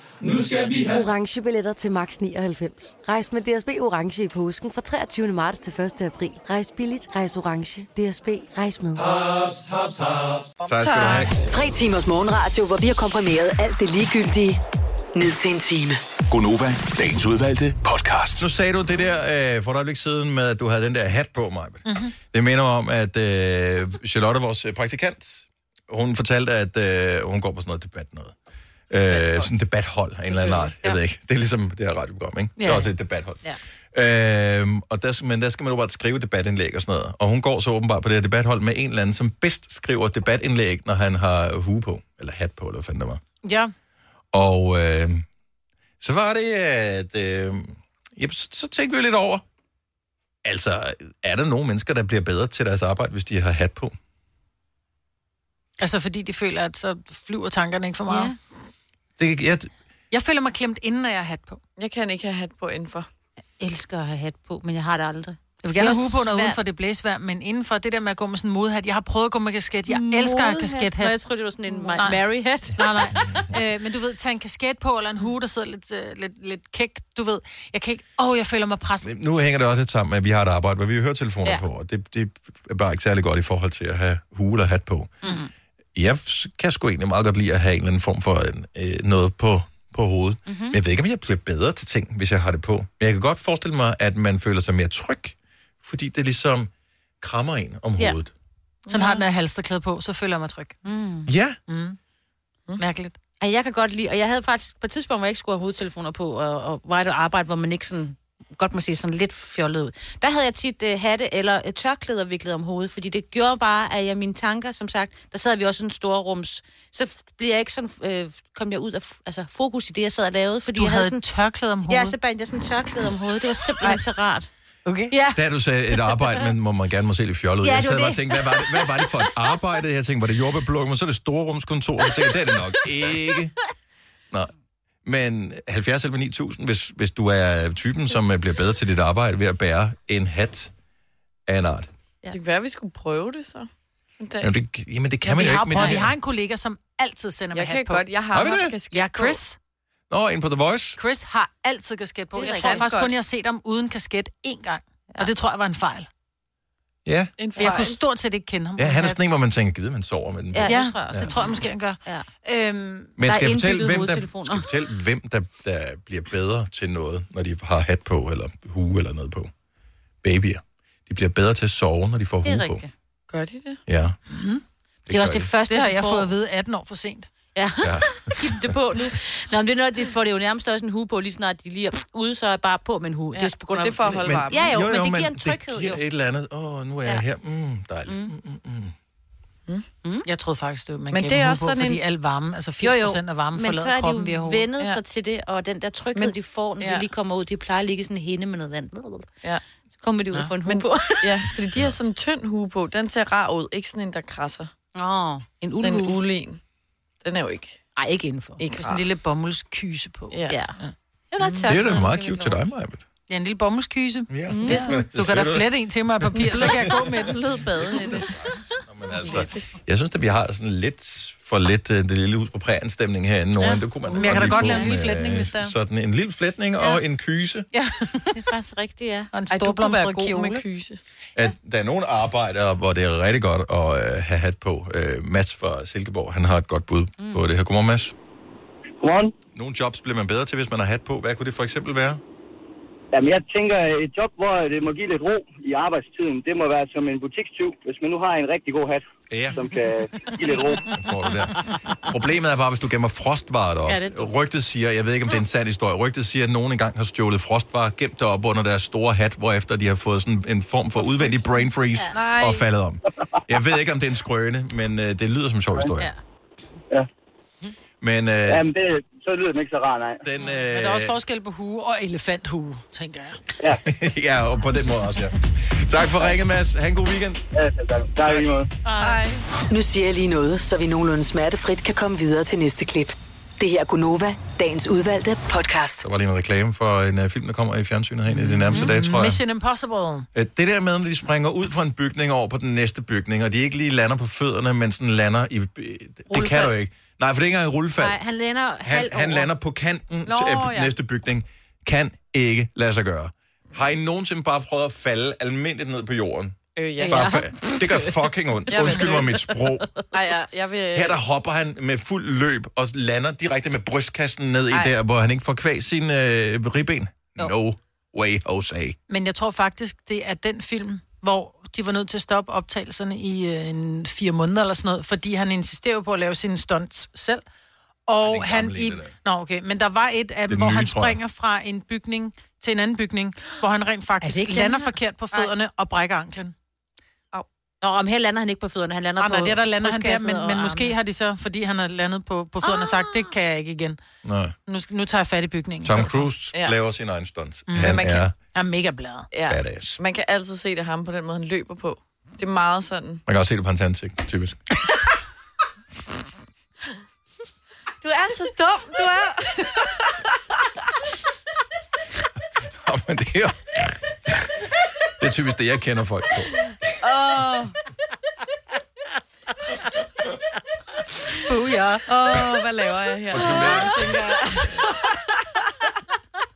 S17: Nu skal vi have
S18: Orange billetter til max 99. Rejs med DSB Orange i påsken fra 23. marts til 1. april. Rejs billigt, rejs orange. DSB, rejs med.
S17: haps, haps, haps.
S1: Tak skal du have.
S5: Tre timers morgenradio, hvor vi har komprimeret alt det ligegyldige ned til en time.
S1: Gonova, dagens udvalgte podcast. Nu sagde du det der øh, for et øjeblik siden med, at du havde den der hat på, mig.
S4: Mhm.
S1: Mm-hmm. Det minder mig om, at øh, Charlotte, vores øh, praktikant, hun fortalte, at øh, hun går på sådan noget debat noget. Øh, sådan et debathold af en eller anden art. Jeg ved ikke. Det er ligesom det her radioprogram, ikke? Ja. Det
S10: Ja.
S1: er også et debathold.
S10: Ja.
S1: Øhm, og der, skal- men der skal man jo bare skrive debatindlæg og sådan noget. Og hun går så åbenbart på det her debathold med en eller anden, som bedst skriver debatindlæg, når han har hue på, eller hat på, eller hvad fanden det var.
S3: Ja.
S1: Og øh, så var det, at øh, ja, så, så tænkte vi lidt over, altså, er der nogle mennesker, der bliver bedre til deres arbejde, hvis de har hat på?
S3: Altså, fordi de føler, at så flyver tankerne ikke for meget. Ja.
S1: Det, jeg,
S3: Jeg føler mig klemt inden, når jeg har hat på.
S4: Jeg kan ikke have hat på indenfor.
S2: Jeg elsker at have hat på, men jeg har det aldrig.
S3: Jeg vil gerne
S2: Det er
S3: have hue på, når
S2: svært.
S3: udenfor det blæsvær, men indenfor det der med at gå med sådan en modhat. Jeg har prøvet at gå med kasket. Jeg elsker at have
S2: Modehat?
S3: kaskethat.
S2: Nå, jeg troede, det var sådan en Ma-
S3: Nej.
S2: Mary hat.
S3: nej, nej. Øh, men du ved, tag en kasket på, eller en hue, der sidder lidt, øh, lidt, lidt kæk. Du ved, jeg kan ikke... Åh, oh, jeg føler mig presset.
S1: nu hænger det også lidt sammen med, at vi har et arbejde, hvor vi hører telefoner
S3: Ja.
S1: ja. på, og det, det er bare ikke særlig godt i forhold til at have hue eller hat på.
S3: Mm.
S1: Jeg f- kan sgu egentlig meget godt lide at have en eller anden form for en, øh, noget på, på hovedet.
S10: Mhm.
S1: Mm-hmm. Men jeg ved ikke, om jeg bliver bedre til ting, hvis jeg har det på. Men jeg kan godt forestille mig, at man føler sig mere tryg, fordi det ligesom krammer en om
S3: Ja.
S1: ja. hovedet.
S3: Sådan har den her halsterklæde på, så føler jeg mig tryg.
S2: Mm.
S1: Ja.
S3: Mm. Mærkeligt.
S2: Ej, jeg kan godt lide, og jeg havde faktisk på et tidspunkt, hvor jeg ikke skulle have hovedtelefoner på, og, og var et arbejde, hvor man ikke sådan, godt må se sådan lidt fjollet ud. Der havde jeg tit øh, hatte eller øh, tørklæder viklet om hovedet, fordi det gjorde bare, at jeg mine tanker, som sagt, der sad vi også i en stor rums, så f- blev jeg ikke sådan, øh, kom jeg ud af f- altså, fokus i det, jeg sad og lavede, fordi
S3: Du
S2: jeg
S3: havde
S2: havde sådan...
S3: et tørklæde om
S2: Ja,
S3: hovedet?
S2: så bandt jeg sådan en tørklæde om hovedet. Det var simpelthen så rart.
S3: Okay.
S2: Ja.
S1: Da du sagde et arbejde, men må man gerne må se lidt fjollet ud.
S2: Ja,
S1: Ja, jeg
S2: det var
S1: sad bare og
S2: det.
S1: tænkte, hvad var, det, hvad var det for et arbejde? Jeg tænkte, var det jordbærblokken, men så er det storrumskontor. Jeg tænkte, det er det nok ikke. Nå. Men 70 eller 9000, hvis, hvis du er typen, som øh, bliver bedre til dit arbejde ved at bære en hat af en art.
S4: Ja. Det kan være, at vi skulle prøve det så. En dag.
S1: Jamen, det, jamen, det kan
S3: Ja,
S1: man
S3: vi
S1: jo
S3: har
S1: ikke.
S3: prøvet- vi har en kollega, som altid sender
S4: Jeg
S3: mig
S4: kan
S3: hat på.
S4: godt. Jeg har
S1: Har vi
S4: haft
S1: det?
S4: kasket
S3: Ja, Chris.
S1: Nå, ind på The Voice.
S3: Chris har altid kasket på.
S4: Det er
S3: Jeg tror
S4: rigtig
S3: faktisk
S4: godt.
S3: kun, jeg har set ham uden kasket én gang. Og det tror jeg var en fejl.
S1: Ja.
S4: En
S3: Jeg kunne stort set ikke kende ham.
S1: Ja, han er sådan en, hvor man tænker, gider man sover med den.
S3: Ja,
S1: på."
S3: ja, det tror jeg, også. Det tror jeg måske, han gør. Ja. Øhm,
S1: Men skal jeg, fortælle, hvem der, skal jeg fortælle, hvem der, der bliver bedre til noget, når de har hat på, eller hue eller noget på? Babyer. De bliver bedre til at sove, når de får hue på.
S4: Gør de det?
S1: Ja.
S3: Mm.
S1: Det gør de.
S3: det har
S2: de
S3: jeg
S2: får. Mm.
S3: fået at vide 18 år for sent.
S2: Ja.
S1: Ja.
S2: <laughs> Giv dem det på nu. Nå, men det er noget, det får det jo nærmest også en hue på, lige snart de lige er ude, så er bare på med en hue. Ja. Det er jo på grund af... Ja, jo, men det giver en tryghed,
S1: det giver
S2: jo.
S1: et eller andet. Åh, oh, nu er jeg her. Mm, dejligt. Mm.
S3: Mm. Jeg troede faktisk, det var, man
S2: Men
S3: gav
S2: det er
S3: dem hud
S2: også
S3: på,
S2: sådan en-
S3: fordi al varme, altså 80 af varmen
S2: men så
S3: forlader
S2: er
S3: kroppen
S2: de
S3: via
S2: jo
S3: hovedet.
S2: vendet sig til det, og den der tryghed,
S3: Men-
S2: men, de får, når
S3: Ja.
S2: de lige kommer ud, de plejer at ligge i sådan en hende med noget vand.
S4: Ja.
S2: Så kommer de ud og får en hue på. <laughs>
S4: ja, fordi de har sådan en tynd hue på. Den ser rar ud. Ikke sådan en, der krasser.
S2: Åh, oh, en
S4: Sådan en
S2: uldhue.
S4: ulen. Den er jo ikke.
S2: Nej, ikke indenfor.
S4: Ikke
S3: Med sådan en lille bomuldskys. på.
S4: Ja.
S1: Øh,
S2: ja.
S3: Jeg
S1: Det er da meget cute til dig, Maja.
S3: Mm. Ja, en lille bommelskyse.
S1: Ja.
S3: Det er sådan,
S1: Det
S3: du kan da
S1: ser du.
S3: flette en til mig af papir, så kan jeg gå
S2: <laughs>
S3: med den.
S4: Lød bade.
S1: Men altså, jeg synes, at vi har sådan lidt for lidt uh, det lille hus på prærien stemning herinde. Nogen, ja. det kunne man
S3: Men jeg kan da
S1: lige
S3: godt
S1: få
S3: lave en lille
S1: med,
S3: flætning, hvis der er.
S1: Sådan en lille flætning ja. og en kyse.
S3: Ja,
S2: det er faktisk rigtigt, ja.
S3: Og en
S4: Ej, du kunne være
S3: storblomstret
S4: god
S3: kjole.
S4: med kyse.
S1: at der er nogle arbejdere, hvor det er rigtig godt at øh, have hat på. Øh, Mads fra Silkeborg, han har et godt bud mm. på det her. Godmorgen, Mads.
S19: Godmorgen.
S1: Nogle jobs bliver man bedre til, hvis man har hat på. Hvad kunne det for eksempel være?
S19: Jamen, jeg tænker, et job, hvor øh, det må give lidt ro i arbejdstiden, det må være som en butikstyv, hvis man nu har en rigtig god hat,
S1: ja.
S19: som kan give lidt ro.
S1: Får du der. Problemet er bare, hvis du gemmer frostvarer
S19: Ja,
S1: deroppe.
S19: det er dumt.
S1: Ja, Rygtet siger, jeg ved ikke, om det er en sand historie, rygtet siger, at nogen engang har stjålet frostvarer, gemt det op under deres store hat, hvorefter de har fået sådan en form for udvendig brain freeze
S19: Ja. Nej.
S1: og faldet om. Jeg ved ikke, om det er en skrøne, men øh, det lyder som en sjov historie. Ja.
S19: Ja.
S1: Men øh,
S19: Jamen, det, så lyder den ikke så rar, nej.
S1: Den, øh,
S3: Men der er også forskel på hue og elefanthue, tænker jeg.
S1: <laughs> ja, og på den måde også, ja. Tak for ringen, Mads. Ha' en god weekend.
S19: Ja, tak. Tak lige måde.
S4: Hej.
S5: Nu siger jeg lige noget, så vi nogenlunde smertefrit kan komme videre til næste klip. Det her er Gunova, dagens udvalgte podcast.
S1: Der var lige en reklame for en uh, film, der kommer i fjernsynet herinde i de nærmeste dage, tror jeg.
S3: Mission Impossible.
S1: Øh, Det der med, når de springer ud fra en bygning over på den næste bygning, og de ikke lige lander på fødderne, men sådan lander i... øh, Det kan
S2: Rullefald.
S1: du ikke. Nej, for det er ikke engang en rullefald.
S2: Nej, han lander
S1: Han,
S2: halvt
S1: han
S2: over.
S1: lander på kanten
S2: Nå,
S1: Nå, til øh,
S2: ja.
S1: ja. næste bygning. Kan ikke lade sig gøre. Har I nogensinde bare prøvet at falde almindeligt ned på jorden?
S4: Øh, ja.
S1: Bare fa- det gør fucking ondt.
S4: Jeg ved
S1: Undskyld
S4: det.
S1: mig mit sprog.
S4: <laughs> Ej, ja, jeg vil...
S1: Her der hopper han med fuld løb og lander direkte med brystkassen ned i
S3: Ej.
S1: der, hvor han ikke får kvæg sin øh, ribben. No way, Jose.
S3: Men jeg tror faktisk, det er den film, hvor de var nødt til at stoppe optagelserne i øh, en fire måneder eller sådan noget, fordi han insisterer jo på at lave sine stunts selv. Og han i... Nå, okay, men der var et af
S1: Det
S3: dem,
S1: er
S3: hvor
S1: den nye,
S3: han
S1: tror jeg.
S3: springer fra en bygning til en anden bygning, hvor han rent faktisk
S2: ikke den
S3: lander
S2: her?
S3: forkert på fødderne og brækker anklen.
S2: Nå, om her lander han ikke på fødderne, han lander
S3: Nej,
S2: på...
S3: nej, det er der lander han der,
S2: brystkassen
S3: men,
S2: og
S3: men måske
S2: armene.
S3: har de så, fordi han er landet på, på fødderne, sagt, det kan jeg ikke igen.
S1: Nej.
S3: Nu, skal- nu tager jeg fat i bygningen.
S1: Tom Cruise ja. laver sin egen stunts. Mm.
S3: Mm.
S1: Han
S3: Men man kan-
S1: er...
S3: er mega bladet.
S4: Ja.
S1: Badass.
S4: Man kan altid se det af ham på den måde, han løber på. Det er meget sådan.
S1: Man kan også se det på hans ansigt, typisk.
S4: Du er så dum, du er.
S1: Nå, men det er, jo- det er typisk det, jeg kender folk på.
S4: Åh. Buh, ja. Åh, hvad laver jeg her?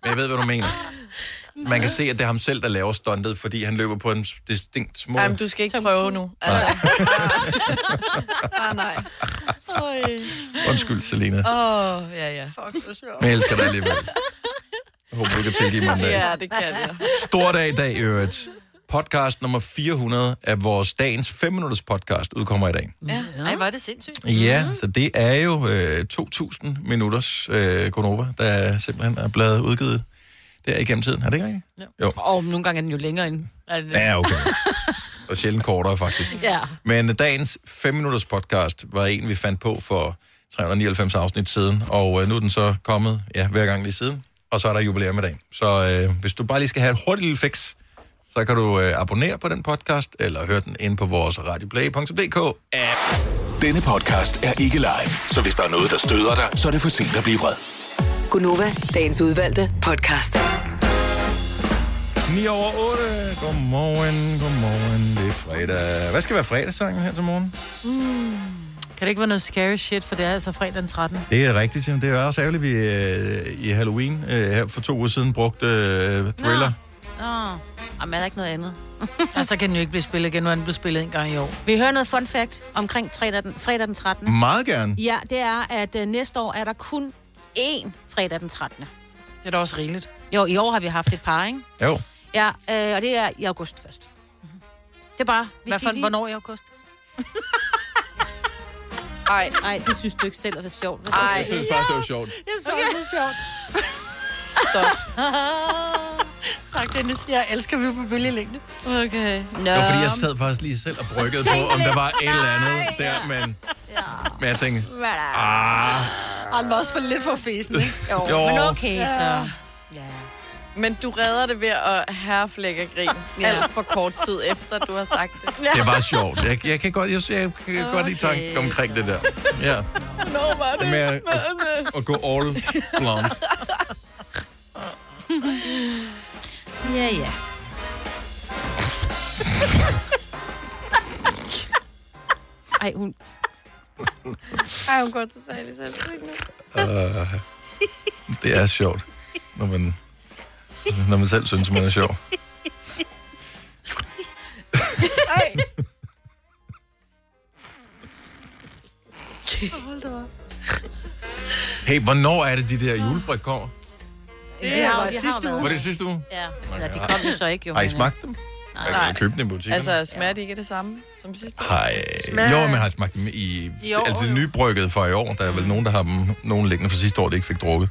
S1: Men jeg ved, hvad du mener. Man kan se, at det er ham selv, der laver stuntet, fordi han løber på en distinkt små...
S4: Jamen, du skal ikke prøve nu. Altså. <laughs> ah, nej. Åh,
S1: Undskyld, Selina.
S4: oh, ja, ja. Fuck, det er sjovt.
S1: Men jeg elsker dig alligevel. Jeg håber, du kan tilgive mig en dag.
S4: Ja, det kan jeg.
S1: Stor dag i dag, i øvrigt. Podcast nummer 400 af vores dagens 5-minutters podcast udkommer i dag.
S8: Ja. Ej, hvor er det sindssygt.
S1: Ja, så det er jo øh, 2.000 minutters øh, Gonova, der simpelthen er blevet udgivet der igennem tiden. Er det ikke rigtigt? Jo.
S8: Og nogle gange er den jo længere end... Er det det?
S1: Ja, okay. Og sjældent kortere, faktisk.
S8: ja.
S1: Men øh, dagens 5-minutters podcast var en, vi fandt på for 399 afsnit siden, og øh, nu er den så kommet ja, hver gang lige siden, og så er der jubilæum i dag. Så øh, hvis du bare lige skal have et hurtigt lille fix, så kan du øh, abonnere på den podcast, eller høre den inde på vores radioplay.dk app.
S6: Denne podcast er ikke live, så hvis der er noget, der støder dig, så er det for sent at blive vred.
S5: Gunova, dagens udvalgte podcast.
S1: 9 over 8. Godmorgen, godmorgen. Det er fredag. Hvad skal være fredagssangen her til morgen?
S3: Mm. Kan det ikke være noget scary shit, for det er altså fredag den 13.
S1: Det er rigtigt, Jim. Det er også ærgerligt, at vi øh, i Halloween øh, her for to uger siden brugte øh, Thriller.
S2: Nå, Jamen, er der ikke noget andet?
S3: <laughs> Og så kan den jo ikke blive spillet igen, nu er den blevet spillet en gang i år.
S2: Vi hører noget fun fact omkring fredag den, fredag den 13.
S1: Meget gerne.
S2: Ja, det er, at øh, næste år er der kun én fredag den 13.
S3: Det er da også rigeligt.
S2: Jo, i år har vi haft et par, ikke?
S1: Jo.
S2: Ja, øh, og det er i august først. Mm-hmm. Det er bare...
S3: Hvad for- hvornår
S2: i august? Ej. Ej, det synes du ikke selv, at det er sjovt. Hvad
S1: Ej. Jeg synes faktisk, det var sjovt.
S3: Jeg synes okay. det er sjovt. Stop. tak, Dennis. Jeg elsker, vi er på bølgelængde. Okay. Nå.
S1: Det var fordi, jeg
S3: <laughs>
S1: sad faktisk lige selv og bryggede på,
S3: Tænk
S1: om der
S3: lidt.
S1: var et eller andet der, men, men jeg tænkte, ah,
S3: Og han var også for lidt for fesen, ikke?
S1: <laughs> Jo. men
S4: okay, så-
S3: Ja.
S4: Men du redder det ved at herreflække
S1: <laughs>
S4: grin
S2: Ja.
S4: ja. alt for kort tid efter, du har sagt det.
S1: det var
S4: <laughs>
S1: sjovt. Jeg, jeg kan godt, jeg, jeg kan okay, godt lide tanken omkring det der. Ja,
S4: Nå, var det?
S1: med at,
S4: Men,
S1: at gå all blonde.
S2: Ja, ja. Ej, hun...
S4: Ej, hun går til sal i selvsving nu.
S1: Uh, det er sjovt, når man, når man selv synes, man er sjov.
S4: Ej.
S3: Hold da op.
S1: Hey, hvornår er det, de der julebryg kommer?
S3: Det
S2: har-
S3: var
S2: det har
S3: sidste
S2: været.
S3: uge.
S1: Var det sidste uge? Oh
S2: Ja, eller de kom jo så ikke, jo.
S1: Har I
S2: men, øh,
S1: smagt dem? Nej. Jeg kan købe dem i butikkerne. Altså,
S4: Altså, smager de ikke af det samme som sidste år?
S1: har, øh,
S4: Smag.
S1: jo, men har I smagt dem i...
S4: I år,
S1: altså, nybrygget fra i år. Der er vel nogen, der har dem, nogen liggende fra sidste år, der ikke fik drukket.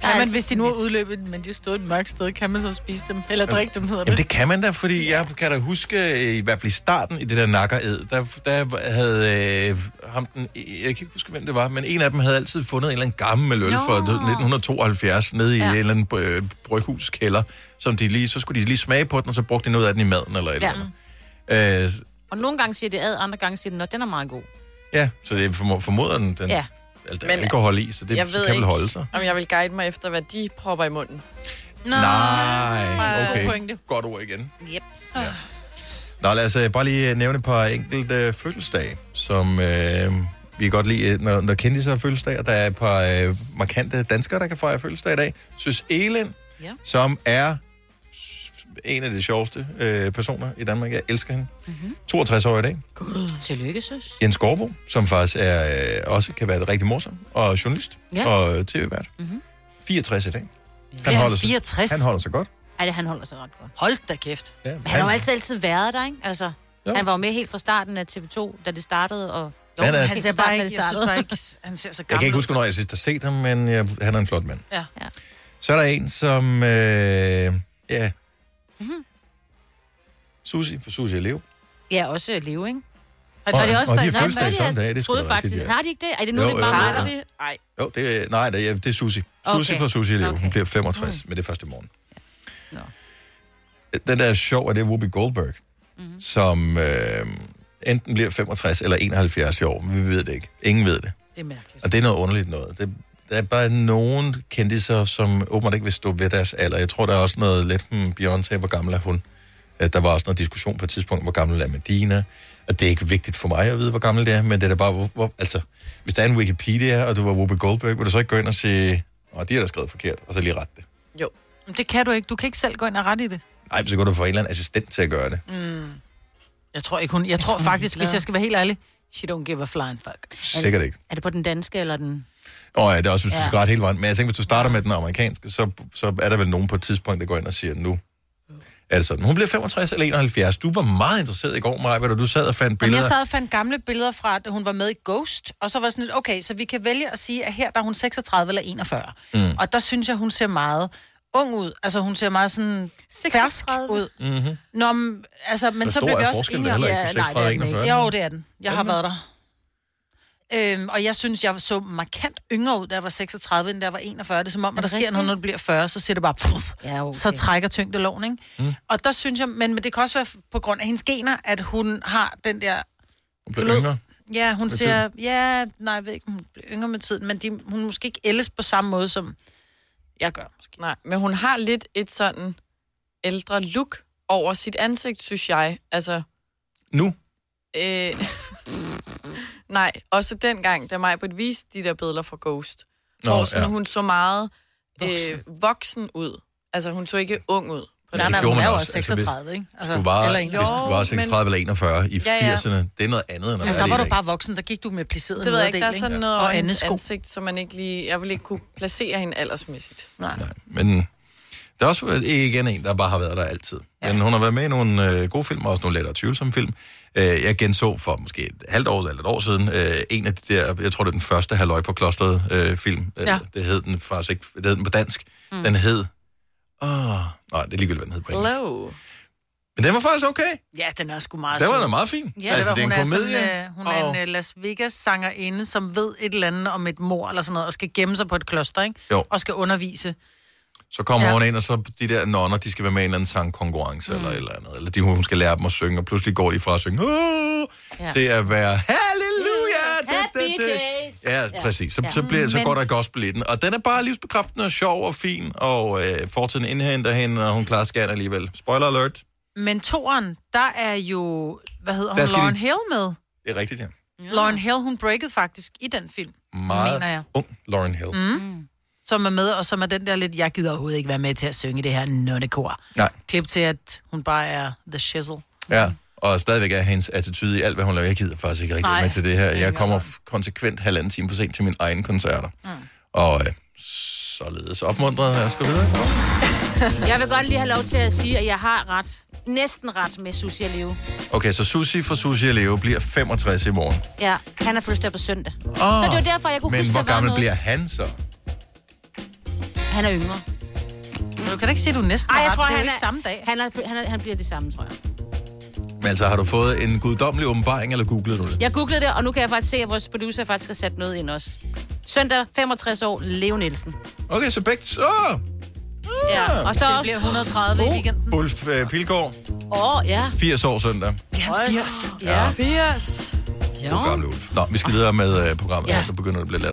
S3: Kan
S2: altså,
S3: man, hvis de nu er udløbet, men de har stået et mørkt sted, kan man så spise dem? Eller drikke dem, hedder
S1: Jamen,
S3: det.
S1: det kan man da, fordi jeg kan da huske, øh, i hvert fald i starten i det der nakkered, der, der havde øh, ham den, jeg kan ikke huske, hvem det var, men en af dem havde altid fundet en eller anden gammel øl
S6: Nå.
S1: fra 1972 nede i ja. en eller anden øh, bryghuskelder, som de lige, så skulle de lige smage på den, og så brugte de noget af den i maden eller et ja.
S2: Ja.
S1: eller andet. Øh,
S2: Og nogle gange siger det ad, andre gange siger det, at den er meget god.
S1: ja, så det formo- formoder den, den ja.
S2: Ja.
S1: altså, der er alkohol i, så det
S4: jeg
S1: kan
S4: ved
S1: vel
S4: ikke,
S1: holde sig.
S4: om jeg vil guide mig efter, hvad de propper i munden.
S1: Nej,
S4: Bare
S1: okay.
S4: pointe.
S1: Godt ord igen.
S2: Yep.
S1: Nå, lad os øh, bare lige øh, nævne et par enkelte øh, fødselsdage, som øh, vi kan godt lide, øh, når, når kendte sig har fødselsdag, og der er et par øh, markante danskere, der kan fejre fødselsdag i dag. Søs Elin,
S2: ja.
S1: som er en af de sjoveste øh, personer i Danmark. Jeg elsker hende.
S2: Mhm.
S1: Mm-hmm. 62 år i dag.
S2: God. Tillykke, søs.
S1: Jens Gårdbo, som faktisk er, øh, også kan være rigtig morsom, og journalist,
S2: Ja. Mhm.
S1: og øh, tv-vært. Mm-hmm. 64 i dag.
S2: Ja, han er
S1: holder
S2: 64.
S1: Sig, han holder sig godt.
S2: Ej, det, han holder sig ret godt.
S3: Hold da kæft.
S1: Ja,
S2: Men han har jo altid, altid været der, ikke? Altså, jo. han var jo med helt fra starten af TV2, da det startede, og
S1: Han er-
S3: han ser bare ikke, jeg synes bare ikke, han ser så
S1: Jeg kan
S3: gammel
S1: ikke
S3: ud.
S1: huske, hvornår jeg sidst har set ham, men jeg, han er en flot mand.
S3: Ja. ja.
S1: Så er der en, som... Øh, ja.
S2: Mhm.
S1: Susi, for Susi er Leo.
S2: Ja, også leve, ikke?
S1: Og- og de har fødselsdag samme dag, det er sgu
S2: troede
S1: da rigtigt,
S2: faktisk.
S1: ja.
S2: Har de ikke det? Er det nu,
S1: Jo,
S2: det
S1: jo,
S2: bare
S1: jo,
S2: er
S1: jo.
S2: det? Nej.
S1: Jo, det er, nej, det er, det er Susi. Susi
S2: Okay.
S1: okay. fra Susi Leo. Okay.
S2: Okay.
S1: Hun bliver 65 mm. med det er første morgen. Ja. Den, der er sjov, er det er Whoopi Goldberg, mm. som øh, enten bliver 65 eller 71 i år. men Vi ved det ikke. Ingen ved det.
S3: Det er mærkeligt.
S1: Og det er noget underligt noget. Det, der er bare nogen kendtiser, som åbenbart ikke vil stå ved deres alder. Jeg tror, der er også noget lidt, hmm, Beyoncé, hvor gammel er hun? Øh, Der var også noget diskussion på et tidspunkt, hvor gammel er Medina. Og det er ikke vigtigt for mig at vide, hvor gammel det er, men det er da bare, hvor, hvor, altså, hvis der er en Wikipedia, og du var Whoopi Goldberg, vil du så ikke gå ind og sige, åh, de har da skrevet forkert, og så lige ret det.
S3: Jo. Men det kan du ikke. Du kan ikke selv gå ind og rette i det.
S1: Nej, så går du for en eller anden assistent til at gøre det.
S3: Mm. Jeg tror ikke hun... Jeg, tror,
S2: tror, hun er
S3: faktisk, hvis
S2: ligeglad.
S3: jeg skal være helt ærlig, she don't give a flying fuck.
S1: Sikkert ikke.
S2: Er det på den danske eller den...
S1: Og ja, det er også, hvis du
S2: Ja.
S1: skal ret hele vejen. Men jeg tænker, hvis du starter med den amerikanske, så, så er der vel nogen på et tidspunkt, der går ind og siger, nu er det sådan. Hun bliver 65 eller 71. Du var meget interesseret i går, Maja, hvor du sad og fandt
S3: Men
S1: billeder.
S3: jeg sad og fandt gamle billeder fra, at hun var med i Ghost, og så var jeg sådan lidt, okay, så vi kan vælge at sige, at her der er hun 36 eller 41. Mm. Og der synes jeg, hun ser meget ung ud. Altså, hun ser meget sådan fersk ud.
S1: Mm-hmm.
S3: Nå, men, altså, men
S1: Hvor
S3: så
S1: stor
S3: bliver vi
S1: er
S3: også
S1: forskellen
S3: enige om...
S1: heller ikke på
S3: Ja,
S1: 36
S3: nej,
S1: og
S3: det er den
S1: 41,
S3: ikke.
S1: ikke?
S3: Jo, det er den. Jeg har været der. Øhm, og jeg synes, jeg så markant yngre ud, da jeg var 36, end da jeg var 41. Det er som om, at der sker noget, når du bliver 40, så siger det bare... Pff,
S2: ja, okay.
S3: Så trækker tyngdeloven, ikke? Mm. Og der synes jeg... Men, men det kan også være på grund af hendes gener, at hun har den der...
S1: Hun blev yngre.
S3: Ja, hun
S1: Med
S3: ser... Ja, nej, jeg ved ikke, om hun bliver yngre med tiden, men de, hun er måske ikke ældes på samme måde, som jeg gør. Måske.
S4: Nej, men hun har lidt et sådan ældre look over sit ansigt, synes jeg. Altså,
S1: Nu?
S4: øh, <laughs> nej, også dengang, da mig på et vis de der billeder fra Ghost.
S1: Nå,
S4: Nå, hvor sådan,
S1: ja.
S4: ja. hun så meget
S3: Voksen.
S4: voksen. Øh, voksen ud. Altså, hun så ikke ung ud.
S3: Men det Nej, nej, gjorde hun man er jo også. også Altså, 36, ikke?
S1: Altså, du var, hvis du var 36 eller 41 i
S4: Ja, ja.
S1: 80'erne, det er noget andet, end
S3: Men
S1: at være
S3: der
S1: det
S3: var
S1: i
S3: du
S1: dag.
S3: bare voksen, der gik du med plisseret
S4: Det ved jeg ikke. Der er
S3: nederdel,
S4: sådan noget
S3: Og
S4: over hendes
S3: andetsko.
S4: ansigt, som man ikke lige... Jeg vil ikke kunne placere hende aldersmæssigt. Nej.
S1: Men der er også øh, igen en, der bare har været der altid. Ja. Men hun har været med i nogle øh, gode film, og også nogle lettere tvivlsomme film. Øh, jeg genså for måske et halvt år eller et år siden, øh, en af de der, jeg tror det er den første Halløj på klosteret øh, film. Øh,
S6: Ja.
S1: Det hed den faktisk ikke, det hed den på dansk. Mm. Den hed, åh, nej, det er ligegyldigt, hvad den hed på engelsk.
S4: Hello.
S1: Men den var faktisk okay.
S3: Ja, den er sgu meget
S1: Den var
S3: sød.
S1: da meget fin.
S3: Ja,
S1: Altså,
S3: altså,
S1: det
S3: det
S1: er
S3: var,
S1: en
S3: hun er, sådan,
S1: komedie,
S3: øh, hun er
S1: og-
S3: en øh, Las Vegas-sangerinde, som ved et eller andet om et mor eller sådan noget, og skal gemme sig på et kloster, ikke?
S1: Jo.
S3: Og skal undervise.
S1: Så kommer
S3: Ja.
S1: ja. hun ind, og så de der nonner, de skal være med i en eller anden sangkonkurrence mm. eller et eller andet. Eller de, hun skal lære dem at synge, og pludselig går de fra at synge Åh!
S6: Ja.
S1: Ja. til at være
S6: Halleluja!
S1: Happy
S6: days!
S1: Ja, ja. præcis. Så, ja. så, bliver, så
S6: Men-
S1: går der gospel i den. Og den er bare livsbekræftende og sjov og fin, og øh, fortiden indhenter hende, og hun klarer skærne alligevel. Spoiler alert.
S3: Men toren, der er jo, hvad hedder
S1: Der
S3: hun,
S1: skal de-
S3: Lauren Hill med.
S1: Det er rigtigt, ja.
S3: Ja. Lauren Hill, hun breakede faktisk i den film,
S1: Meget
S3: mener jeg.
S1: ung Lauren Hill. Mm.
S3: Mm. Som er med, og som er den der lidt, jeg gider overhovedet ikke være med til at synge det her nonnekor.
S1: Nej.
S3: Klip til, at hun bare er the shizzle.
S1: Ja, og stadigvæk er hendes attitude i alt, hvad hun laver. Jeg gider faktisk ikke rigtig
S3: Nej.
S1: være med til det her. Jeg kommer f- konsekvent halvanden time for sent til mine egne koncerter. Mm. Og øh, således opmuntret. Jeg skal videre.
S2: Jeg vil godt lige have lov til at sige, at jeg har ret. Næsten ret med Susie og Leo.
S1: Okay, så Susi fra Susi og Leo bliver 65 i morgen.
S2: Ja, han er fødselsdag på søndag. Oh, så det var derfor, jeg kunne
S1: Men
S2: huske,
S1: hvor
S2: der var
S1: gammel
S2: noget.
S1: bliver han så?
S2: Han er yngre.
S3: Du kan da ikke sige, at du næsten
S2: Ej, jeg
S3: har
S2: tror,
S3: ret. Det er
S2: han
S3: jo ikke samme dag.
S2: Han, er, han, er, han bliver det samme, tror jeg.
S1: Men altså, har du fået en guddommelig åbenbaring, eller googlede du det?
S2: Jeg googlede det, og nu kan jeg faktisk se, at vores producer faktisk har sat noget ind også. Søndag, 65 år, Leo Nielsen.
S1: Okay, så begge... Åh! Uh!
S2: Ja, og så... Oh.
S3: Det bliver 130 i weekenden.
S1: Ulf øh, Pilgaard,
S2: Åh, oh, ja.
S1: 80 år søndag.
S3: Ja, 80.
S1: Ja.
S4: 80.
S1: Du gamle Ulf. Nå, vi skal videre med øh, programmet,
S14: Ja.
S1: ja. nu begynder det at blive let.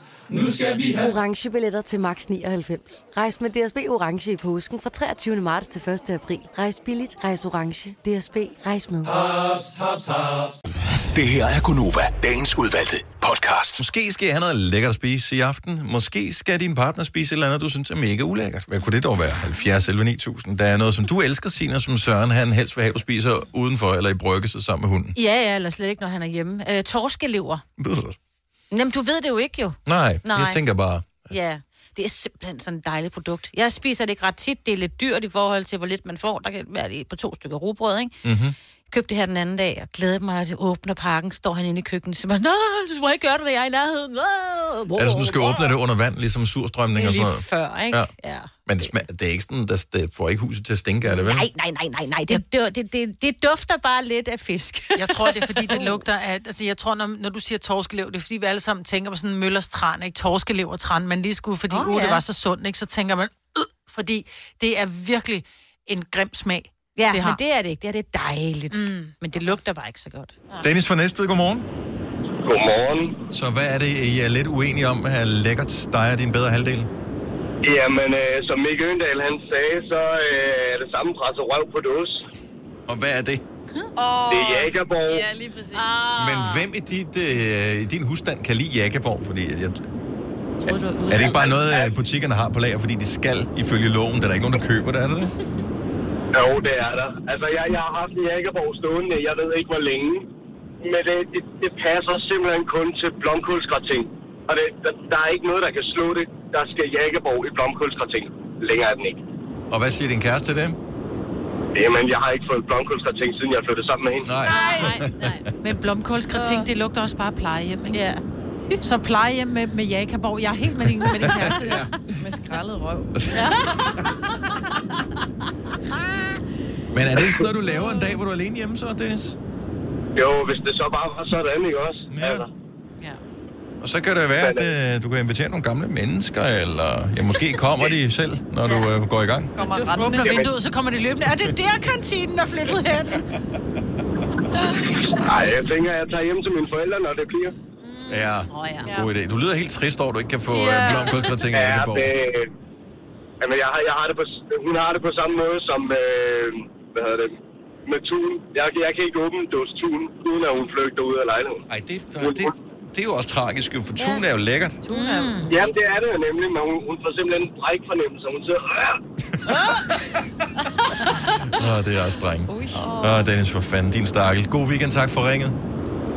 S17: Nu skal vi have...
S18: orange billetter til max 99. Rejs med DSB orange i påsken fra 23. marts til 1. april. Rejs billigt, rejs orange. DSB rejs med.
S17: Haps, haps, haps.
S6: Det her er Gunova, dagens udvalgte podcast.
S1: Måske skal jeg have noget lækkert at spise i aften. Måske skal din partner spise et eller andet, du synes er mega ulækkert. Hvad kunne det dog være? 70 11 9000. Der er noget, som du elsker, Sina, som Søren han helst vil have, du spiser udenfor eller i brygge sammen med hunden.
S2: Ja, ja, eller slet ikke, når han er hjemme. Øh, torskelever. Jamen, du ved det jo ikke jo.
S1: Nej, Nej, jeg
S2: Nej.
S1: tænker bare,
S2: Ja, det er simpelthen sådan et dejligt produkt. Jeg spiser det ikke ret tit. Det er lidt dyrt i forhold til, hvor lidt man får. Der kan være det på to stykker rugbrød, ikke?
S7: Mm-hmm.
S2: Købte det her den anden dag, og glædede mig til at åbne pakken. Står han inde i køkkenet, så bare, Nå, du må ikke gøre det, når jeg er i nærheden. Nå,
S1: Altså, du skal åbne det under vand, ligesom surstrømning
S2: Det er
S1: og
S2: lige
S1: sådan noget.
S2: før, ikke?
S1: Ja.
S2: Ja.
S1: Men det, smager, det er ikke sådan, der det får ikke huset til at stinke af det, vel?
S2: Nej, nej, nej, nej, nej. Det, det, det, det, det dufter bare lidt af fisk.
S3: Jeg tror, det er, fordi det lugter af... Altså, jeg tror, når, når du siger torskelev, det er, fordi vi alle sammen tænker på sådan en møllers tran, ikke? Torskelev og tran, men lige skulle, fordi
S8: Åh,
S3: oh, uh, det
S8: ja.
S3: var så sundt, ikke? Så tænker man, øh, fordi det er virkelig en grim smag,
S2: Ja,
S3: det
S2: det
S3: har.
S2: men det er det ikke. Det, er det dejligt. Mm. Men det lugter bare ikke så godt.
S1: Dennis fra Næstved, godmorgen.
S9: Godmorgen.
S1: Så hvad er det, I er lidt uenige om, at lækkert dig og din bedre halvdel?
S9: Jamen, øh, som Mikke Øndal han sagde, så øh, er det samme presset røv på dås.
S1: Og hvad er det?
S9: Oh, det er Jagerborg.
S4: Ja, lige præcis. Ah.
S1: Men hvem i, dit, øh, i din husstand kan lide Jakkeborg? Fordi jeg,
S2: du var
S1: er det ikke bare noget, at butikkerne har på lager, fordi de skal ifølge loven? Der er der ikke nogen, der køber det, er det det?
S9: Jo, det er der. Altså, jeg, jeg har haft en Jagerborg stående, jeg ved ikke hvor længe. Men det, det, det passer simpelthen kun til blomkålsgratin. Og det, der, der er ikke noget, der kan slå det. Der skal Jagerborg i blomkålsgratin. Længere er den ikke.
S1: Og hvad siger din kæreste til det?
S9: Jamen, jeg har ikke fået blomkålsgratin, siden jeg flyttede sammen med hende.
S1: Nej.
S3: Men blomkålskrating, det lugter også bare plejehjem, ikke?
S2: Ja.
S3: Så plejehjem med, med Jakaborg. Jeg er helt med din, med din kæreste. ja.
S4: Med skrællet
S1: <laughs>
S4: røv.
S1: Men er det ikke sådan noget, du laver en dag, hvor du er alene hjemme så, Dennis?
S9: Jo, hvis det så bare var sådan, ikke også? Ja. Altså.
S1: Og så kan det være, at øh, du kan invitere nogle gamle mennesker, eller ja, måske kommer de selv, når du øh, går i gang.
S3: Kommer du åbner vinduet, så kommer de løbende. Er det der kantinen er flyttet hen?
S9: Nej, jeg tænker, jeg tager hjem til mine forældre, når det bliver.
S1: Ja,
S9: ja.
S1: god idé. Du lyder helt trist over, at du ikke kan få øh, yeah. blomkostgratin af
S9: ja,
S1: Jakoborg.
S9: det, jamen, jeg har, jeg har det på, hun har det på samme måde som, øh, hvad hedder det, med tun. Jeg, jeg kan ikke åbne en dåse tun, uden at hun flygter ud af lejligheden.
S1: Ej, det, det, det er jo også tragisk, jo, for tun er jo lækkert.
S9: Tun er mm. Ja, det er det jo nemlig, men hun, hun får simpelthen en brækfornemmelse. Hun sidder, øh,
S1: Åh, det er også dreng. Åh, Dennis, for fanden, din stakkel. God weekend, tak for ringet.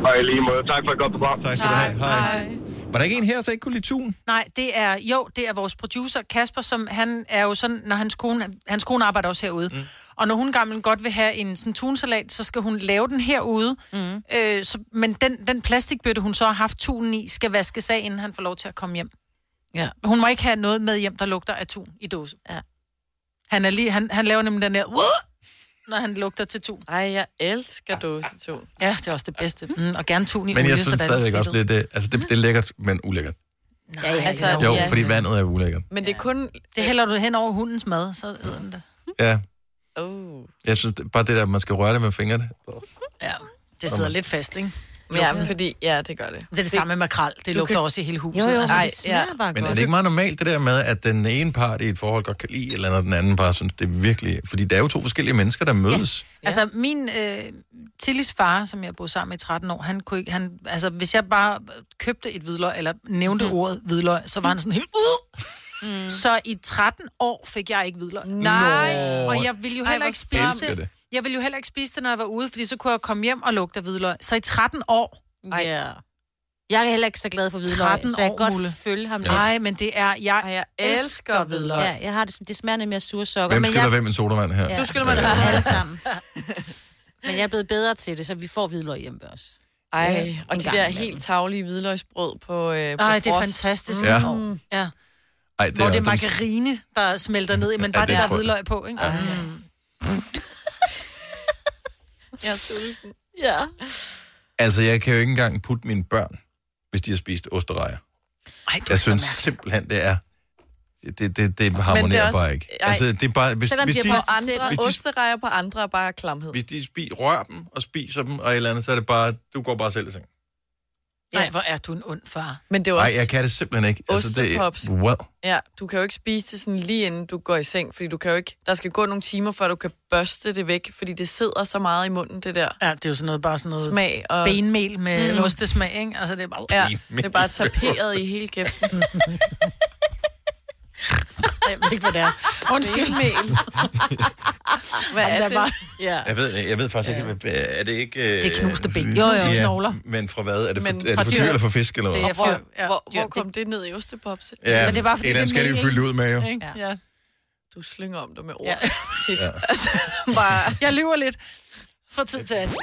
S9: Og i lige måde, tak for et godt program.
S1: Tak skal du have. Hej. Var der ikke en her, der ikke kunne lide tun?
S3: Nej, det er, jo, det er vores producer, Kasper, som han er jo sådan, når hans kone, hans kone arbejder også herude. Mm. Og når hun gammel godt vil have en sådan tunsalat, så skal hun lave den herude. Mm. Øh, så, men den, den plastikbøtte, hun så har haft tunen i, skal vaskes af, inden han får lov til at komme hjem.
S2: Ja.
S3: Hun må ikke have noget med hjem, der lugter af tun i dåse.
S2: Ja.
S3: Han, er lige, han, han laver nemlig den der, "Wuh!" når han lugter til tun.
S4: Ej, jeg elsker dåsetun.
S3: Ja, det er også det bedste. Mm, og gerne tun i
S1: Men
S3: olie,
S1: jeg
S3: så
S1: synes
S3: der er
S1: stadigvæk også
S3: fedtet.
S1: lidt, det, altså det, det er lækkert, men ulækkert.
S3: Nej, altså,
S1: Jo, fordi vandet er ulækkert.
S4: Men det er kun...
S3: Det hælder du hen over hundens mad, så hedder den det.
S1: Ja,
S4: Oh.
S1: jeg synes det- bare det der, at man skal røre det med fingrene.
S3: Ja, det sidder lidt fast, ikke?
S4: Ja, men fordi... Ja, det gør det.
S3: Det er det samme med makrel. Det lugter også i hele huset.
S4: Jo, jo,
S3: Altså,
S4: ej,
S3: det smager
S4: ja.
S3: bare
S1: Men er det ikke meget normalt, det der med, at den ene part i et forhold godt kan lide, eller når den anden bare synes, det er virkelig... Fordi der er jo to forskellige mennesker, der mødes.
S3: Ja. Altså, min øh, Tillys far, som jeg boede sammen med i 13 år, han kunne ikke... Han, altså, hvis jeg bare købte et hvidløg, eller
S4: Mhm.
S3: nævnte mm. ordet hvidløg, så var han sådan helt... Uh! Mm. Så i 13 år fik jeg ikke hvidløg.
S4: Nej.
S3: Og jeg ville jo
S4: Ej,
S3: heller
S4: hvor
S3: ikke spise
S4: elsker
S3: det.
S4: det.
S3: Jeg ville jo heller ikke spise det, når jeg var ude, fordi så kunne jeg komme hjem og lugte af hvidløg. Så i 13 år...
S2: Ej. Ja. Jeg er heller ikke så glad for hvidløg,
S3: 13
S2: så jeg
S3: år,
S2: kan godt
S3: Mulle.
S2: følge ham
S3: Ja. Nej, men det er... Jeg, Ej, jeg elsker hvidløg.
S2: Ja, jeg har det, som- det smager nemlig af sure sokker.
S1: Hvem
S2: men
S1: skylder
S2: jeg,
S1: hvem en sodavand her? Øh,
S2: Ja. Du skylder mig ja. alle sammen. Men jeg er blevet bedre til det, så vi får hvidløg hjemme ved os.
S4: Ej, og
S2: En
S4: de
S2: gang
S4: der
S2: imellem.
S4: helt tavlige hvidløgsbrød på, øh, på
S3: Ej, det er
S4: frost.
S3: fantastisk.
S1: Mm. Ja.
S3: Ja.
S1: Ej,
S3: Det hvor det er
S1: den-
S3: margarine, der smelter ned i, men
S1: Ja,
S3: bare
S1: det
S3: det, der er
S1: tror jeg. Ah.
S3: hvidløg på, <laughs> ikke? Ja.
S4: Jeg er sulten.
S2: Ja.
S1: Altså, jeg kan jo ikke engang putte mine børn, hvis de har spist osterejer.
S3: Ej,
S1: Jeg synes simpelthen, det er... Det, det, det harmonerer
S4: Men det er
S1: også,
S4: også-
S1: bare ikke.
S4: Ej.
S1: Altså, det er bare... Hvis,
S4: Selvom
S1: hvis,
S4: de,
S1: de,
S4: er på andre,
S1: hvis,
S4: hvis
S1: de,
S4: osterejer på andre er bare klamhed.
S1: hvis de spi, rører dem og spiser dem og et eller andet, så er det bare... Du går bare selv i seng.
S3: Nej, hvor er du en ond far.
S4: Men det er jo
S1: Nej,
S4: også
S1: jeg kan det simpelthen ikke. Altså,
S4: ostepops.
S1: det, well,
S4: Ja, du kan jo ikke spise det sådan lige inden du går i seng, fordi du kan jo ikke, der skal gå nogle timer, før du kan børste det væk, fordi det sidder så meget i munden, det der.
S3: Ja, det er jo sådan noget, bare sådan noget
S4: smag og...
S3: benmel med mm. ostesmag, ikke? Altså, det er bare...
S4: Ja, det er bare taperet i hele kæften.
S3: Jeg ved ikke, hvad det er. Undskyld. <laughs>
S4: Benmel. Hvad
S3: Jamen,
S4: er
S3: der
S4: det?
S3: var-
S4: <laughs> Ja.
S1: jeg, ved, jeg ved faktisk ikke, hvad- er det ikke... Det
S3: er knuste ben. Jo, jo, knogler.
S1: Men fra hvad? Er det for,
S4: Men
S1: er
S4: fra
S1: det for
S4: dyr.
S1: dyr eller for fisk eller hvad?
S4: Det er hvor, ja, hvor, hvor kom det ned i ostepops?
S1: Ja, Men det var, fordi et eller andet det skal de jo meningen. fylde ud med, jo.
S4: Ikke? Ja. Du slynger om det med <laughs> ord. Ja.
S1: Ja.
S4: Altså, bare...
S3: Jeg lyver lidt fra tid til anden.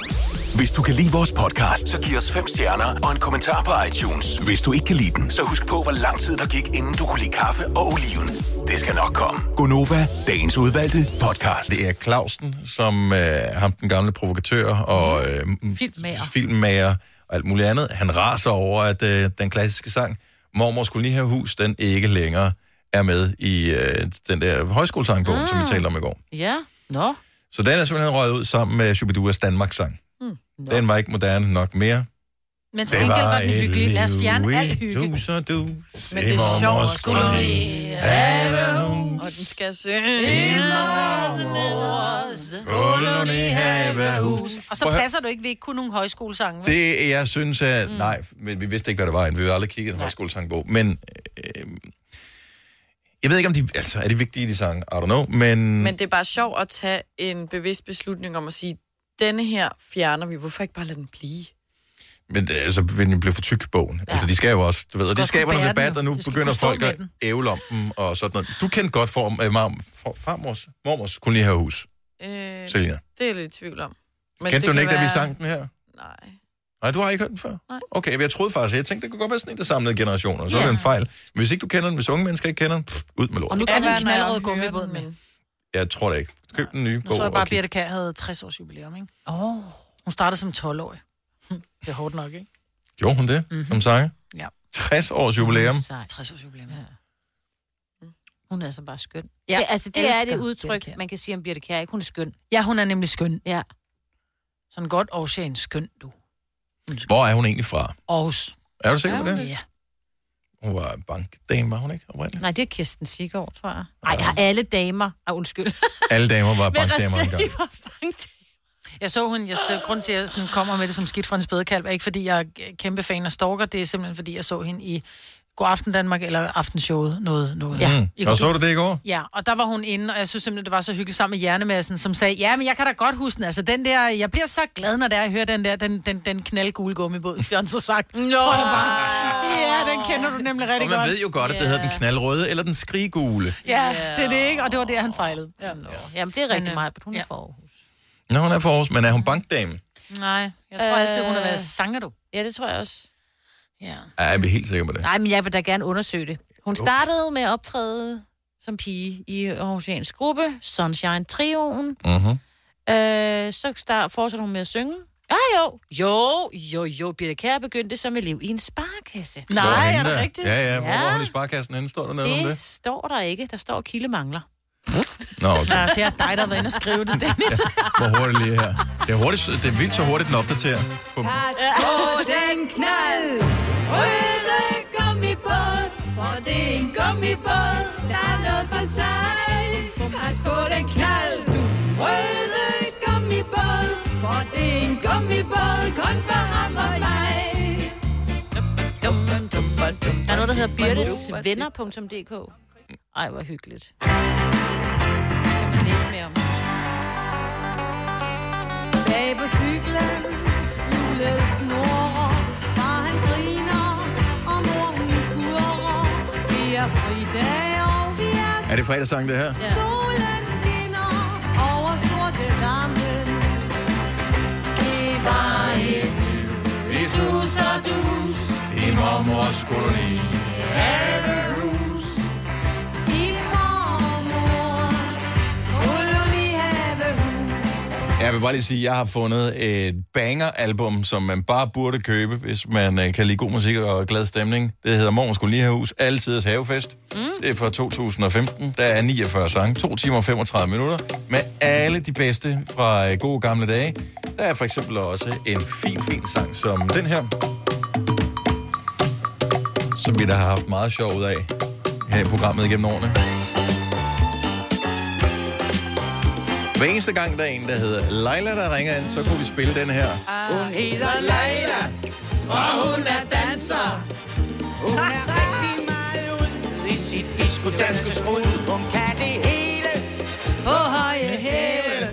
S6: Hvis du kan lide vores podcast, så giv os fem stjerner og en kommentar på iTunes. Hvis du ikke kan lide den, så husk på, hvor lang tid der gik, inden du kunne lide kaffe og oliven. Det skal nok komme.
S1: Gonova, dagens udvalgte podcast. Det er Clausen, som øh, ham den gamle provokatør og øh,
S3: Mm. Filmmager.
S1: filmmager og alt muligt andet. Han raser over, at øh, den klassiske sang, Mormor skulle lige have hus, den ikke længere er med i øh, den der højskolesangbog, mm. som
S3: Ah.
S1: vi talte om i går.
S2: Ja. Nå.
S1: Så den er simpelthen røget ud sammen med Shubiduas Danmarks sang.
S3: Hmm.
S2: Mm.
S1: Den var ikke moderne nok mere.
S3: Men til gengæld var den hyggelig. Lad os fjerne al hygge.
S1: Du, så du. Men
S3: Men det er sjovt, skulle vi have
S4: Og den skal synge.
S1: i havehus.
S3: Og så
S1: Prøv at høre.
S3: passer du ikke, vi ikke kunne nogen højskolesange. vel?
S1: Det, jeg synes, at... Mm. Nej, men vi vidste ikke, hvad det var, inden. vi havde aldrig kigget i en højskolesangbog. Men øh, jeg ved ikke, om de... Altså, er de vigtige, de sange? I don't know, men...
S4: Men det er bare sjovt at tage en bevidst beslutning om at sige, denne her fjerner vi. Hvorfor ikke bare lade den blive?
S1: Men det- altså, vil den blive for tyk, bogen. Ja. Altså, de skal jo også, du ved, og
S4: skal
S1: de skaber
S4: kunne
S1: noget
S4: bære den
S1: debat,
S4: jo.
S1: og nu
S4: De skal
S1: begynder
S4: kunne stå
S1: folk
S4: med
S1: at ævle om dem og sådan noget. Du kendte godt for, øh, mar- for farmors, mormors kunne lige have hus.
S4: Øh,
S1: Selina.
S4: Det er jeg lidt i tvivl om.
S1: Kendte du den
S4: kan
S1: ikke, da vi sang den her?
S4: Nej.
S1: Nej, du har ikke hørt den før?
S4: Nej.
S1: Okay, men jeg troede faktisk, jeg tænkte, det kunne godt være sådan en, der samlede generationer, så
S4: Ja.
S1: er det en fejl. Men hvis ikke du kender den, hvis unge mennesker ikke kender den, pff, ud med lort.
S3: Og nu
S4: Ja, hvad,
S3: kan den
S4: når jeg
S3: knaldrøde
S4: hører
S3: gummibåd med.
S1: Jeg tror det ikke. Køb den nye
S3: Nu
S1: bog.
S3: så jeg bare,
S1: og
S3: at
S1: kig.
S3: Birte Kær havde 60 års jubilæum, ikke? Åh. Oh. Hun startede som 12-årig. Hm, Det er hårdt nok, ikke?
S1: Gjorde hun det, mm-hmm. som sanger?
S3: Mhm. Ja.
S1: 60 års jubilæum.
S2: Sej.
S3: 60 års jubilæum. Ja.
S2: Hun er altså bare skøn.
S3: Jeg
S2: Ja, det, altså, det er
S3: elsker
S2: det udtryk,
S3: Birthe Kjær.
S2: man kan sige om Birte Kjær. Ikke? Hun er skøn.
S3: Ja, hun er nemlig skøn.
S2: Ja.
S3: Sådan godt Aarhusian skøn, du.
S1: Hvor er hun egentlig fra?
S3: Aarhus.
S1: Er du sikker på
S3: hun
S1: det?
S3: Ja.
S1: Hun var bankdame, var hun ikke? Oprindeligt?
S2: Nej, det er Kirsten Sigård, tror jeg. Nej, har alle damer... Ah, undskyld.
S1: Alle damer var
S2: Med
S1: bankdamer
S2: respekt,
S1: engang.
S2: de var bankdamer.
S3: Jeg så hende, jeg stod, grunden til, at jeg sådan kommer med det som skidt fra en spædekalv, er ikke fordi jeg er kæmpe fan af Stalker, det er simpelthen fordi, jeg så hende i God Aften Danmark, eller Aftenshowet, noget. noget.
S1: Ja. Mm.
S3: I-
S1: Og så du det i går?
S3: Ja, og der var hun inde, og jeg synes simpelthen, det var så hyggeligt sammen med Hjernemassen, som sagde, ja, men jeg kan da godt huske den, altså den der, jeg bliver så glad, når det er, jeg hører den der, den, den, den knaldgule gummibåd, <laughs> Fjern så sagt. Nå. Ja, den kender du nemlig rigtig
S1: Og man
S3: godt.
S1: ved jo godt, at det hedder den knaldrøde eller den skriggule.
S3: Ja, det er det ikke, og det var der, han fejlede. øh, Ja.
S2: Jamen, det er rigtig meget, men hun er for Aarhus.
S1: Nå, hun er for Aarhus, men er hun bankdame?
S3: Nej, jeg tror altid, hun har været
S2: Øh,
S3: sanger, du.
S2: Ja, det tror jeg også.
S3: Ja.
S1: Ja, jeg er helt sikker på det.
S2: Nej, men jeg vil da gerne undersøge det. Hun startede med at optræde som pige i Aarhusiansk gruppe, Sunshine Trioen.
S1: Mm-hmm.
S2: Øh, så start, fortsatte hun med at synge. Ja, jo. Jo, jo, jo. Birte Kær begyndte som elev i en sparekasse.
S1: Ja, ja, hvor var hun i sparkassen henne? Står der noget om
S2: det,
S1: det?
S2: står der ikke. Der står kildemangler.
S1: Nå, okay.
S3: Ja, det er dig, der har været inde og skrive det, Dennis.
S1: Hvor hurtigt lige her. Det er, hurtigt, det er vildt så hurtigt, den opdaterer. Bum.
S7: Pas på den knald Røde gummibåd For det er en gummibåd Der er noget for sig Pas på den knald Du røde gummibåd For det er en gummibåd Kun for ham og mig
S2: Der er noget, der hedder birtesvenner.dk. Ej, hvor hyggeligt. Kan man læse mere om?
S7: Bag på cyklen Hjulet snorer Far han griner Og mor hun kurer Vi er fridag og vi er
S1: Er det fredagssang, det her?
S7: Solen skinner over sorte dammen. Giv mig et
S1: Vi
S7: sus og dus
S1: i mormors koloni.
S7: have rus.
S1: Jeg vil bare lige sige, at jeg har fundet et banger-album, som man bare burde købe, hvis man øh, kan lide god musik og glad stemning. Det hedder Morgen skulle lige have hus, altidets havefest. Mm. Det er fra 2015. Der er 49 sange, 2 timer og 35 minutter, med alle de bedste fra øh, gode gamle dage. Der er for eksempel også en fin, fin sang som den her, som vi da har haft meget sjov ud af her i programmet igennem årene. Hver eneste gang, der er en, der hedder Leila, der ringer ind, så kunne vi spille den her.
S7: Ah. Hun hedder Leila, og hun er danser. Hun er rigtig meget ud i sit diskodanske skrud. Hun kan det hele på høje hæle.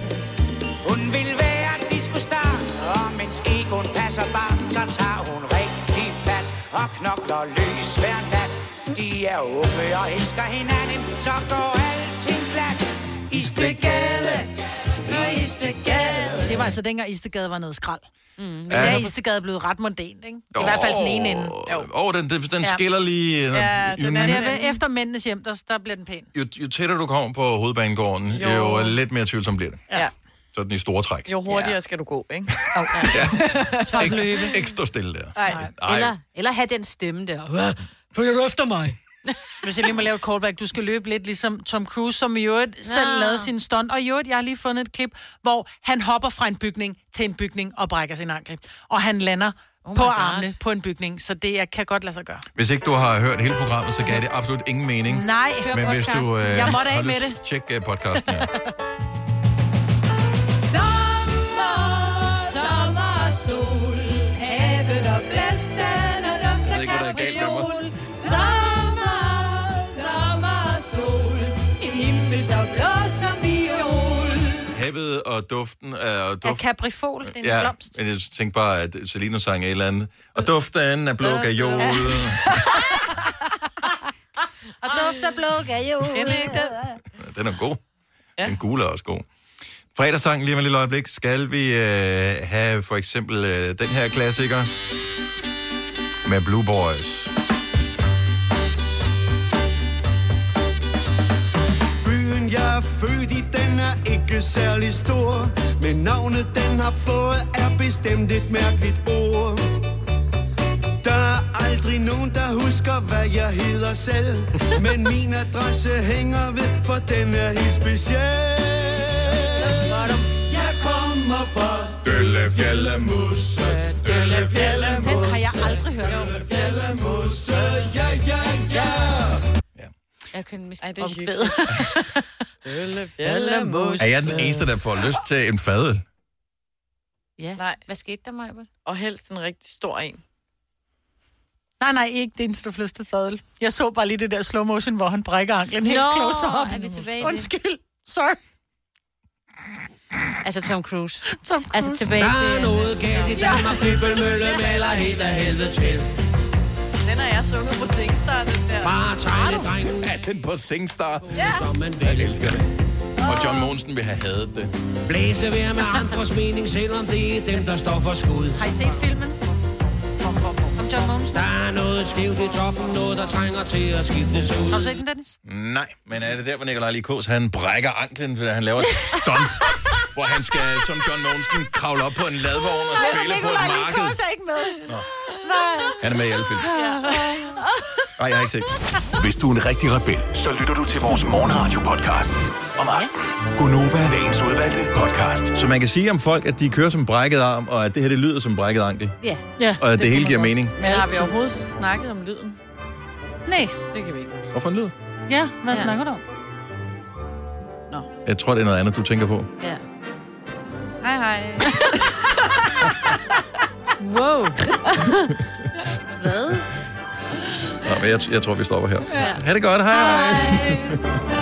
S7: Hun vil være diskostar, og mens egoen passer bare, så tager hun rigtig fat og knokler løs hver nat. De er unge og elsker hinanden, så går alting glat. Istegade, i Istegade.
S3: Det var altså dengang Istegade var noget skrald. Mm. Men
S1: Ja.
S3: ja. der er Istegade blevet ret mondænt, ikke? Det er i hvert fald den ene ende.
S1: Åh, oh, den, den, den
S3: Ja.
S1: skiller lige. øh,
S3: Ja,
S1: jo
S3: den er,
S1: ny-
S3: der, ved- øh, efter mændenes hjem, der, der bliver den pæn.
S1: jo, jo tættere du kommer på hovedbanegården, jo, jo lidt mere tvivlsom bliver det.
S3: Ja.
S1: Sådan i store træk.
S4: Jo hurtigere ja. skal du gå, ikke?
S3: <laughs>
S1: Ikke, ikke stå stille der.
S4: Nej.
S1: Ej.
S2: Eller, eller have den stemme der. Hvad? Følger du efter mig?
S3: Hvis jeg lige må lave et callback, du skal løbe lidt ligesom Tom Cruise, som i øvrigt ja. selv lavede sin stunt. Og i øvrigt, jeg har lige fundet et klip, hvor han hopper fra en bygning til en bygning og brækker sin ankel. Og han lander oh på
S2: God.
S3: armene på en bygning, så det er, kan godt lade sig gøre.
S1: Hvis ikke du har hørt hele programmet, så gav det absolut ingen mening.
S3: Nej, hør
S1: Men hvis
S3: podcasten.
S1: du, øh,
S3: Jeg måtte af
S1: har
S3: med
S1: lyst,
S3: det.
S1: Tjek øh,
S3: <laughs>
S1: podcasten her.
S7: Sommer, sommer, sol, havet og blæsten og
S1: Jeg ved ikke,
S7: dufter
S1: hvad der er galt med mig.
S7: kapriol. Sommer, sommer, sol, en himmel så blå som viol.
S1: Havet og duften er... Duft...
S3: Er kaprifol, det er en ja. blomst.
S1: men jeg tænkte bare, at Selina sang et eller andet. Og duften er blå
S3: Øh,
S1: gajol.
S3: Og dufter blå, er jo.
S1: Den er god. Ja. Den gule er også god. Fredagssang lige om et lille øjeblik. Skal vi øh, have for eksempel øh, den her klassiker med Blue Boys.
S20: Byen jeg er født i, den er ikke særlig stor Men navnet den har fået, er bestemt et mærkeligt ord Der er aldrig nogen, der husker, hvad jeg hedder selv Men min adresse hænger ved, for den er helt speciel Jeg kommer fra Døllefjelle Musse Døllefjelle Musse Den har jeg aldrig hørt om Døllefjelle Musse, ja, ja, ja
S2: Jeg kan miste
S4: det er
S7: <laughs>
S2: omkvædet. <laughs>
S1: Er jeg den eneste, der får lyst til en fadel?
S2: Ja. Nej. Hvad skete der, Maja?
S4: Og helst en rigtig stor en.
S3: Nej, nej, ikke det eneste, du fløste fadel. Jeg så bare lige det der slow motion, hvor han brækker anklen helt
S2: Nå,
S3: close up.
S2: er vi tilbage i det?
S3: Undskyld, sorry.
S2: Altså Tom Cruise.
S3: Tom Cruise.
S2: Altså tilbage
S20: Der
S2: til...
S20: er noget galt i Danmark, Dybbelmølle maler helt af helvede til.
S4: Den har jeg sunget på Singstar, den der.
S20: Bare tegne drengen.
S1: Er den på Singstar?
S4: Ja.
S1: Jeg elsker det. Og John Monsen vil have hadet det.
S20: Blæse vejr med andres mening, selvom det er dem, der står for skud.
S3: Har I set filmen? Om John Mogensen?
S20: Der er noget skævt i toppen, noget der trænger til at skiftes ud.
S3: Har du set den, Dennis?
S1: Nej, men er det der, hvor Nikolaj Likos, han brækker anklen, fordi han laver et stunt, hvor han skal, som John Monsen, kravle op på en ladvogn og spille på et marked.
S3: er ikke med.
S1: Nå.
S3: Nej.
S1: Han er med i alle film. Nej, jeg har ikke set.
S16: Hvis du er en rigtig rebel, så lytter du til vores morgenradio-podcast om aftenen. Gunova, dagens udvalgte podcast.
S1: Så man kan sige om folk, at de kører som brækket arm, og at det her, det lyder som brækket ankel.
S2: Ja.
S4: ja.
S1: Og at det hele giver mening.
S4: Men har vi overhovedet snakket om lyden?
S3: Nej.
S4: Det kan vi ikke. huske.
S1: Hvorfor en lyd?
S3: Ja, hvad ja. snakker du om?
S1: Jeg tror, det er noget andet, du tænker på.
S2: Ja.
S4: Hej, hej.
S7: <laughs>
S2: wow. Hvad?
S1: Nå, men jeg, jeg tror, vi stopper her. Ha' det godt. Hej. hej.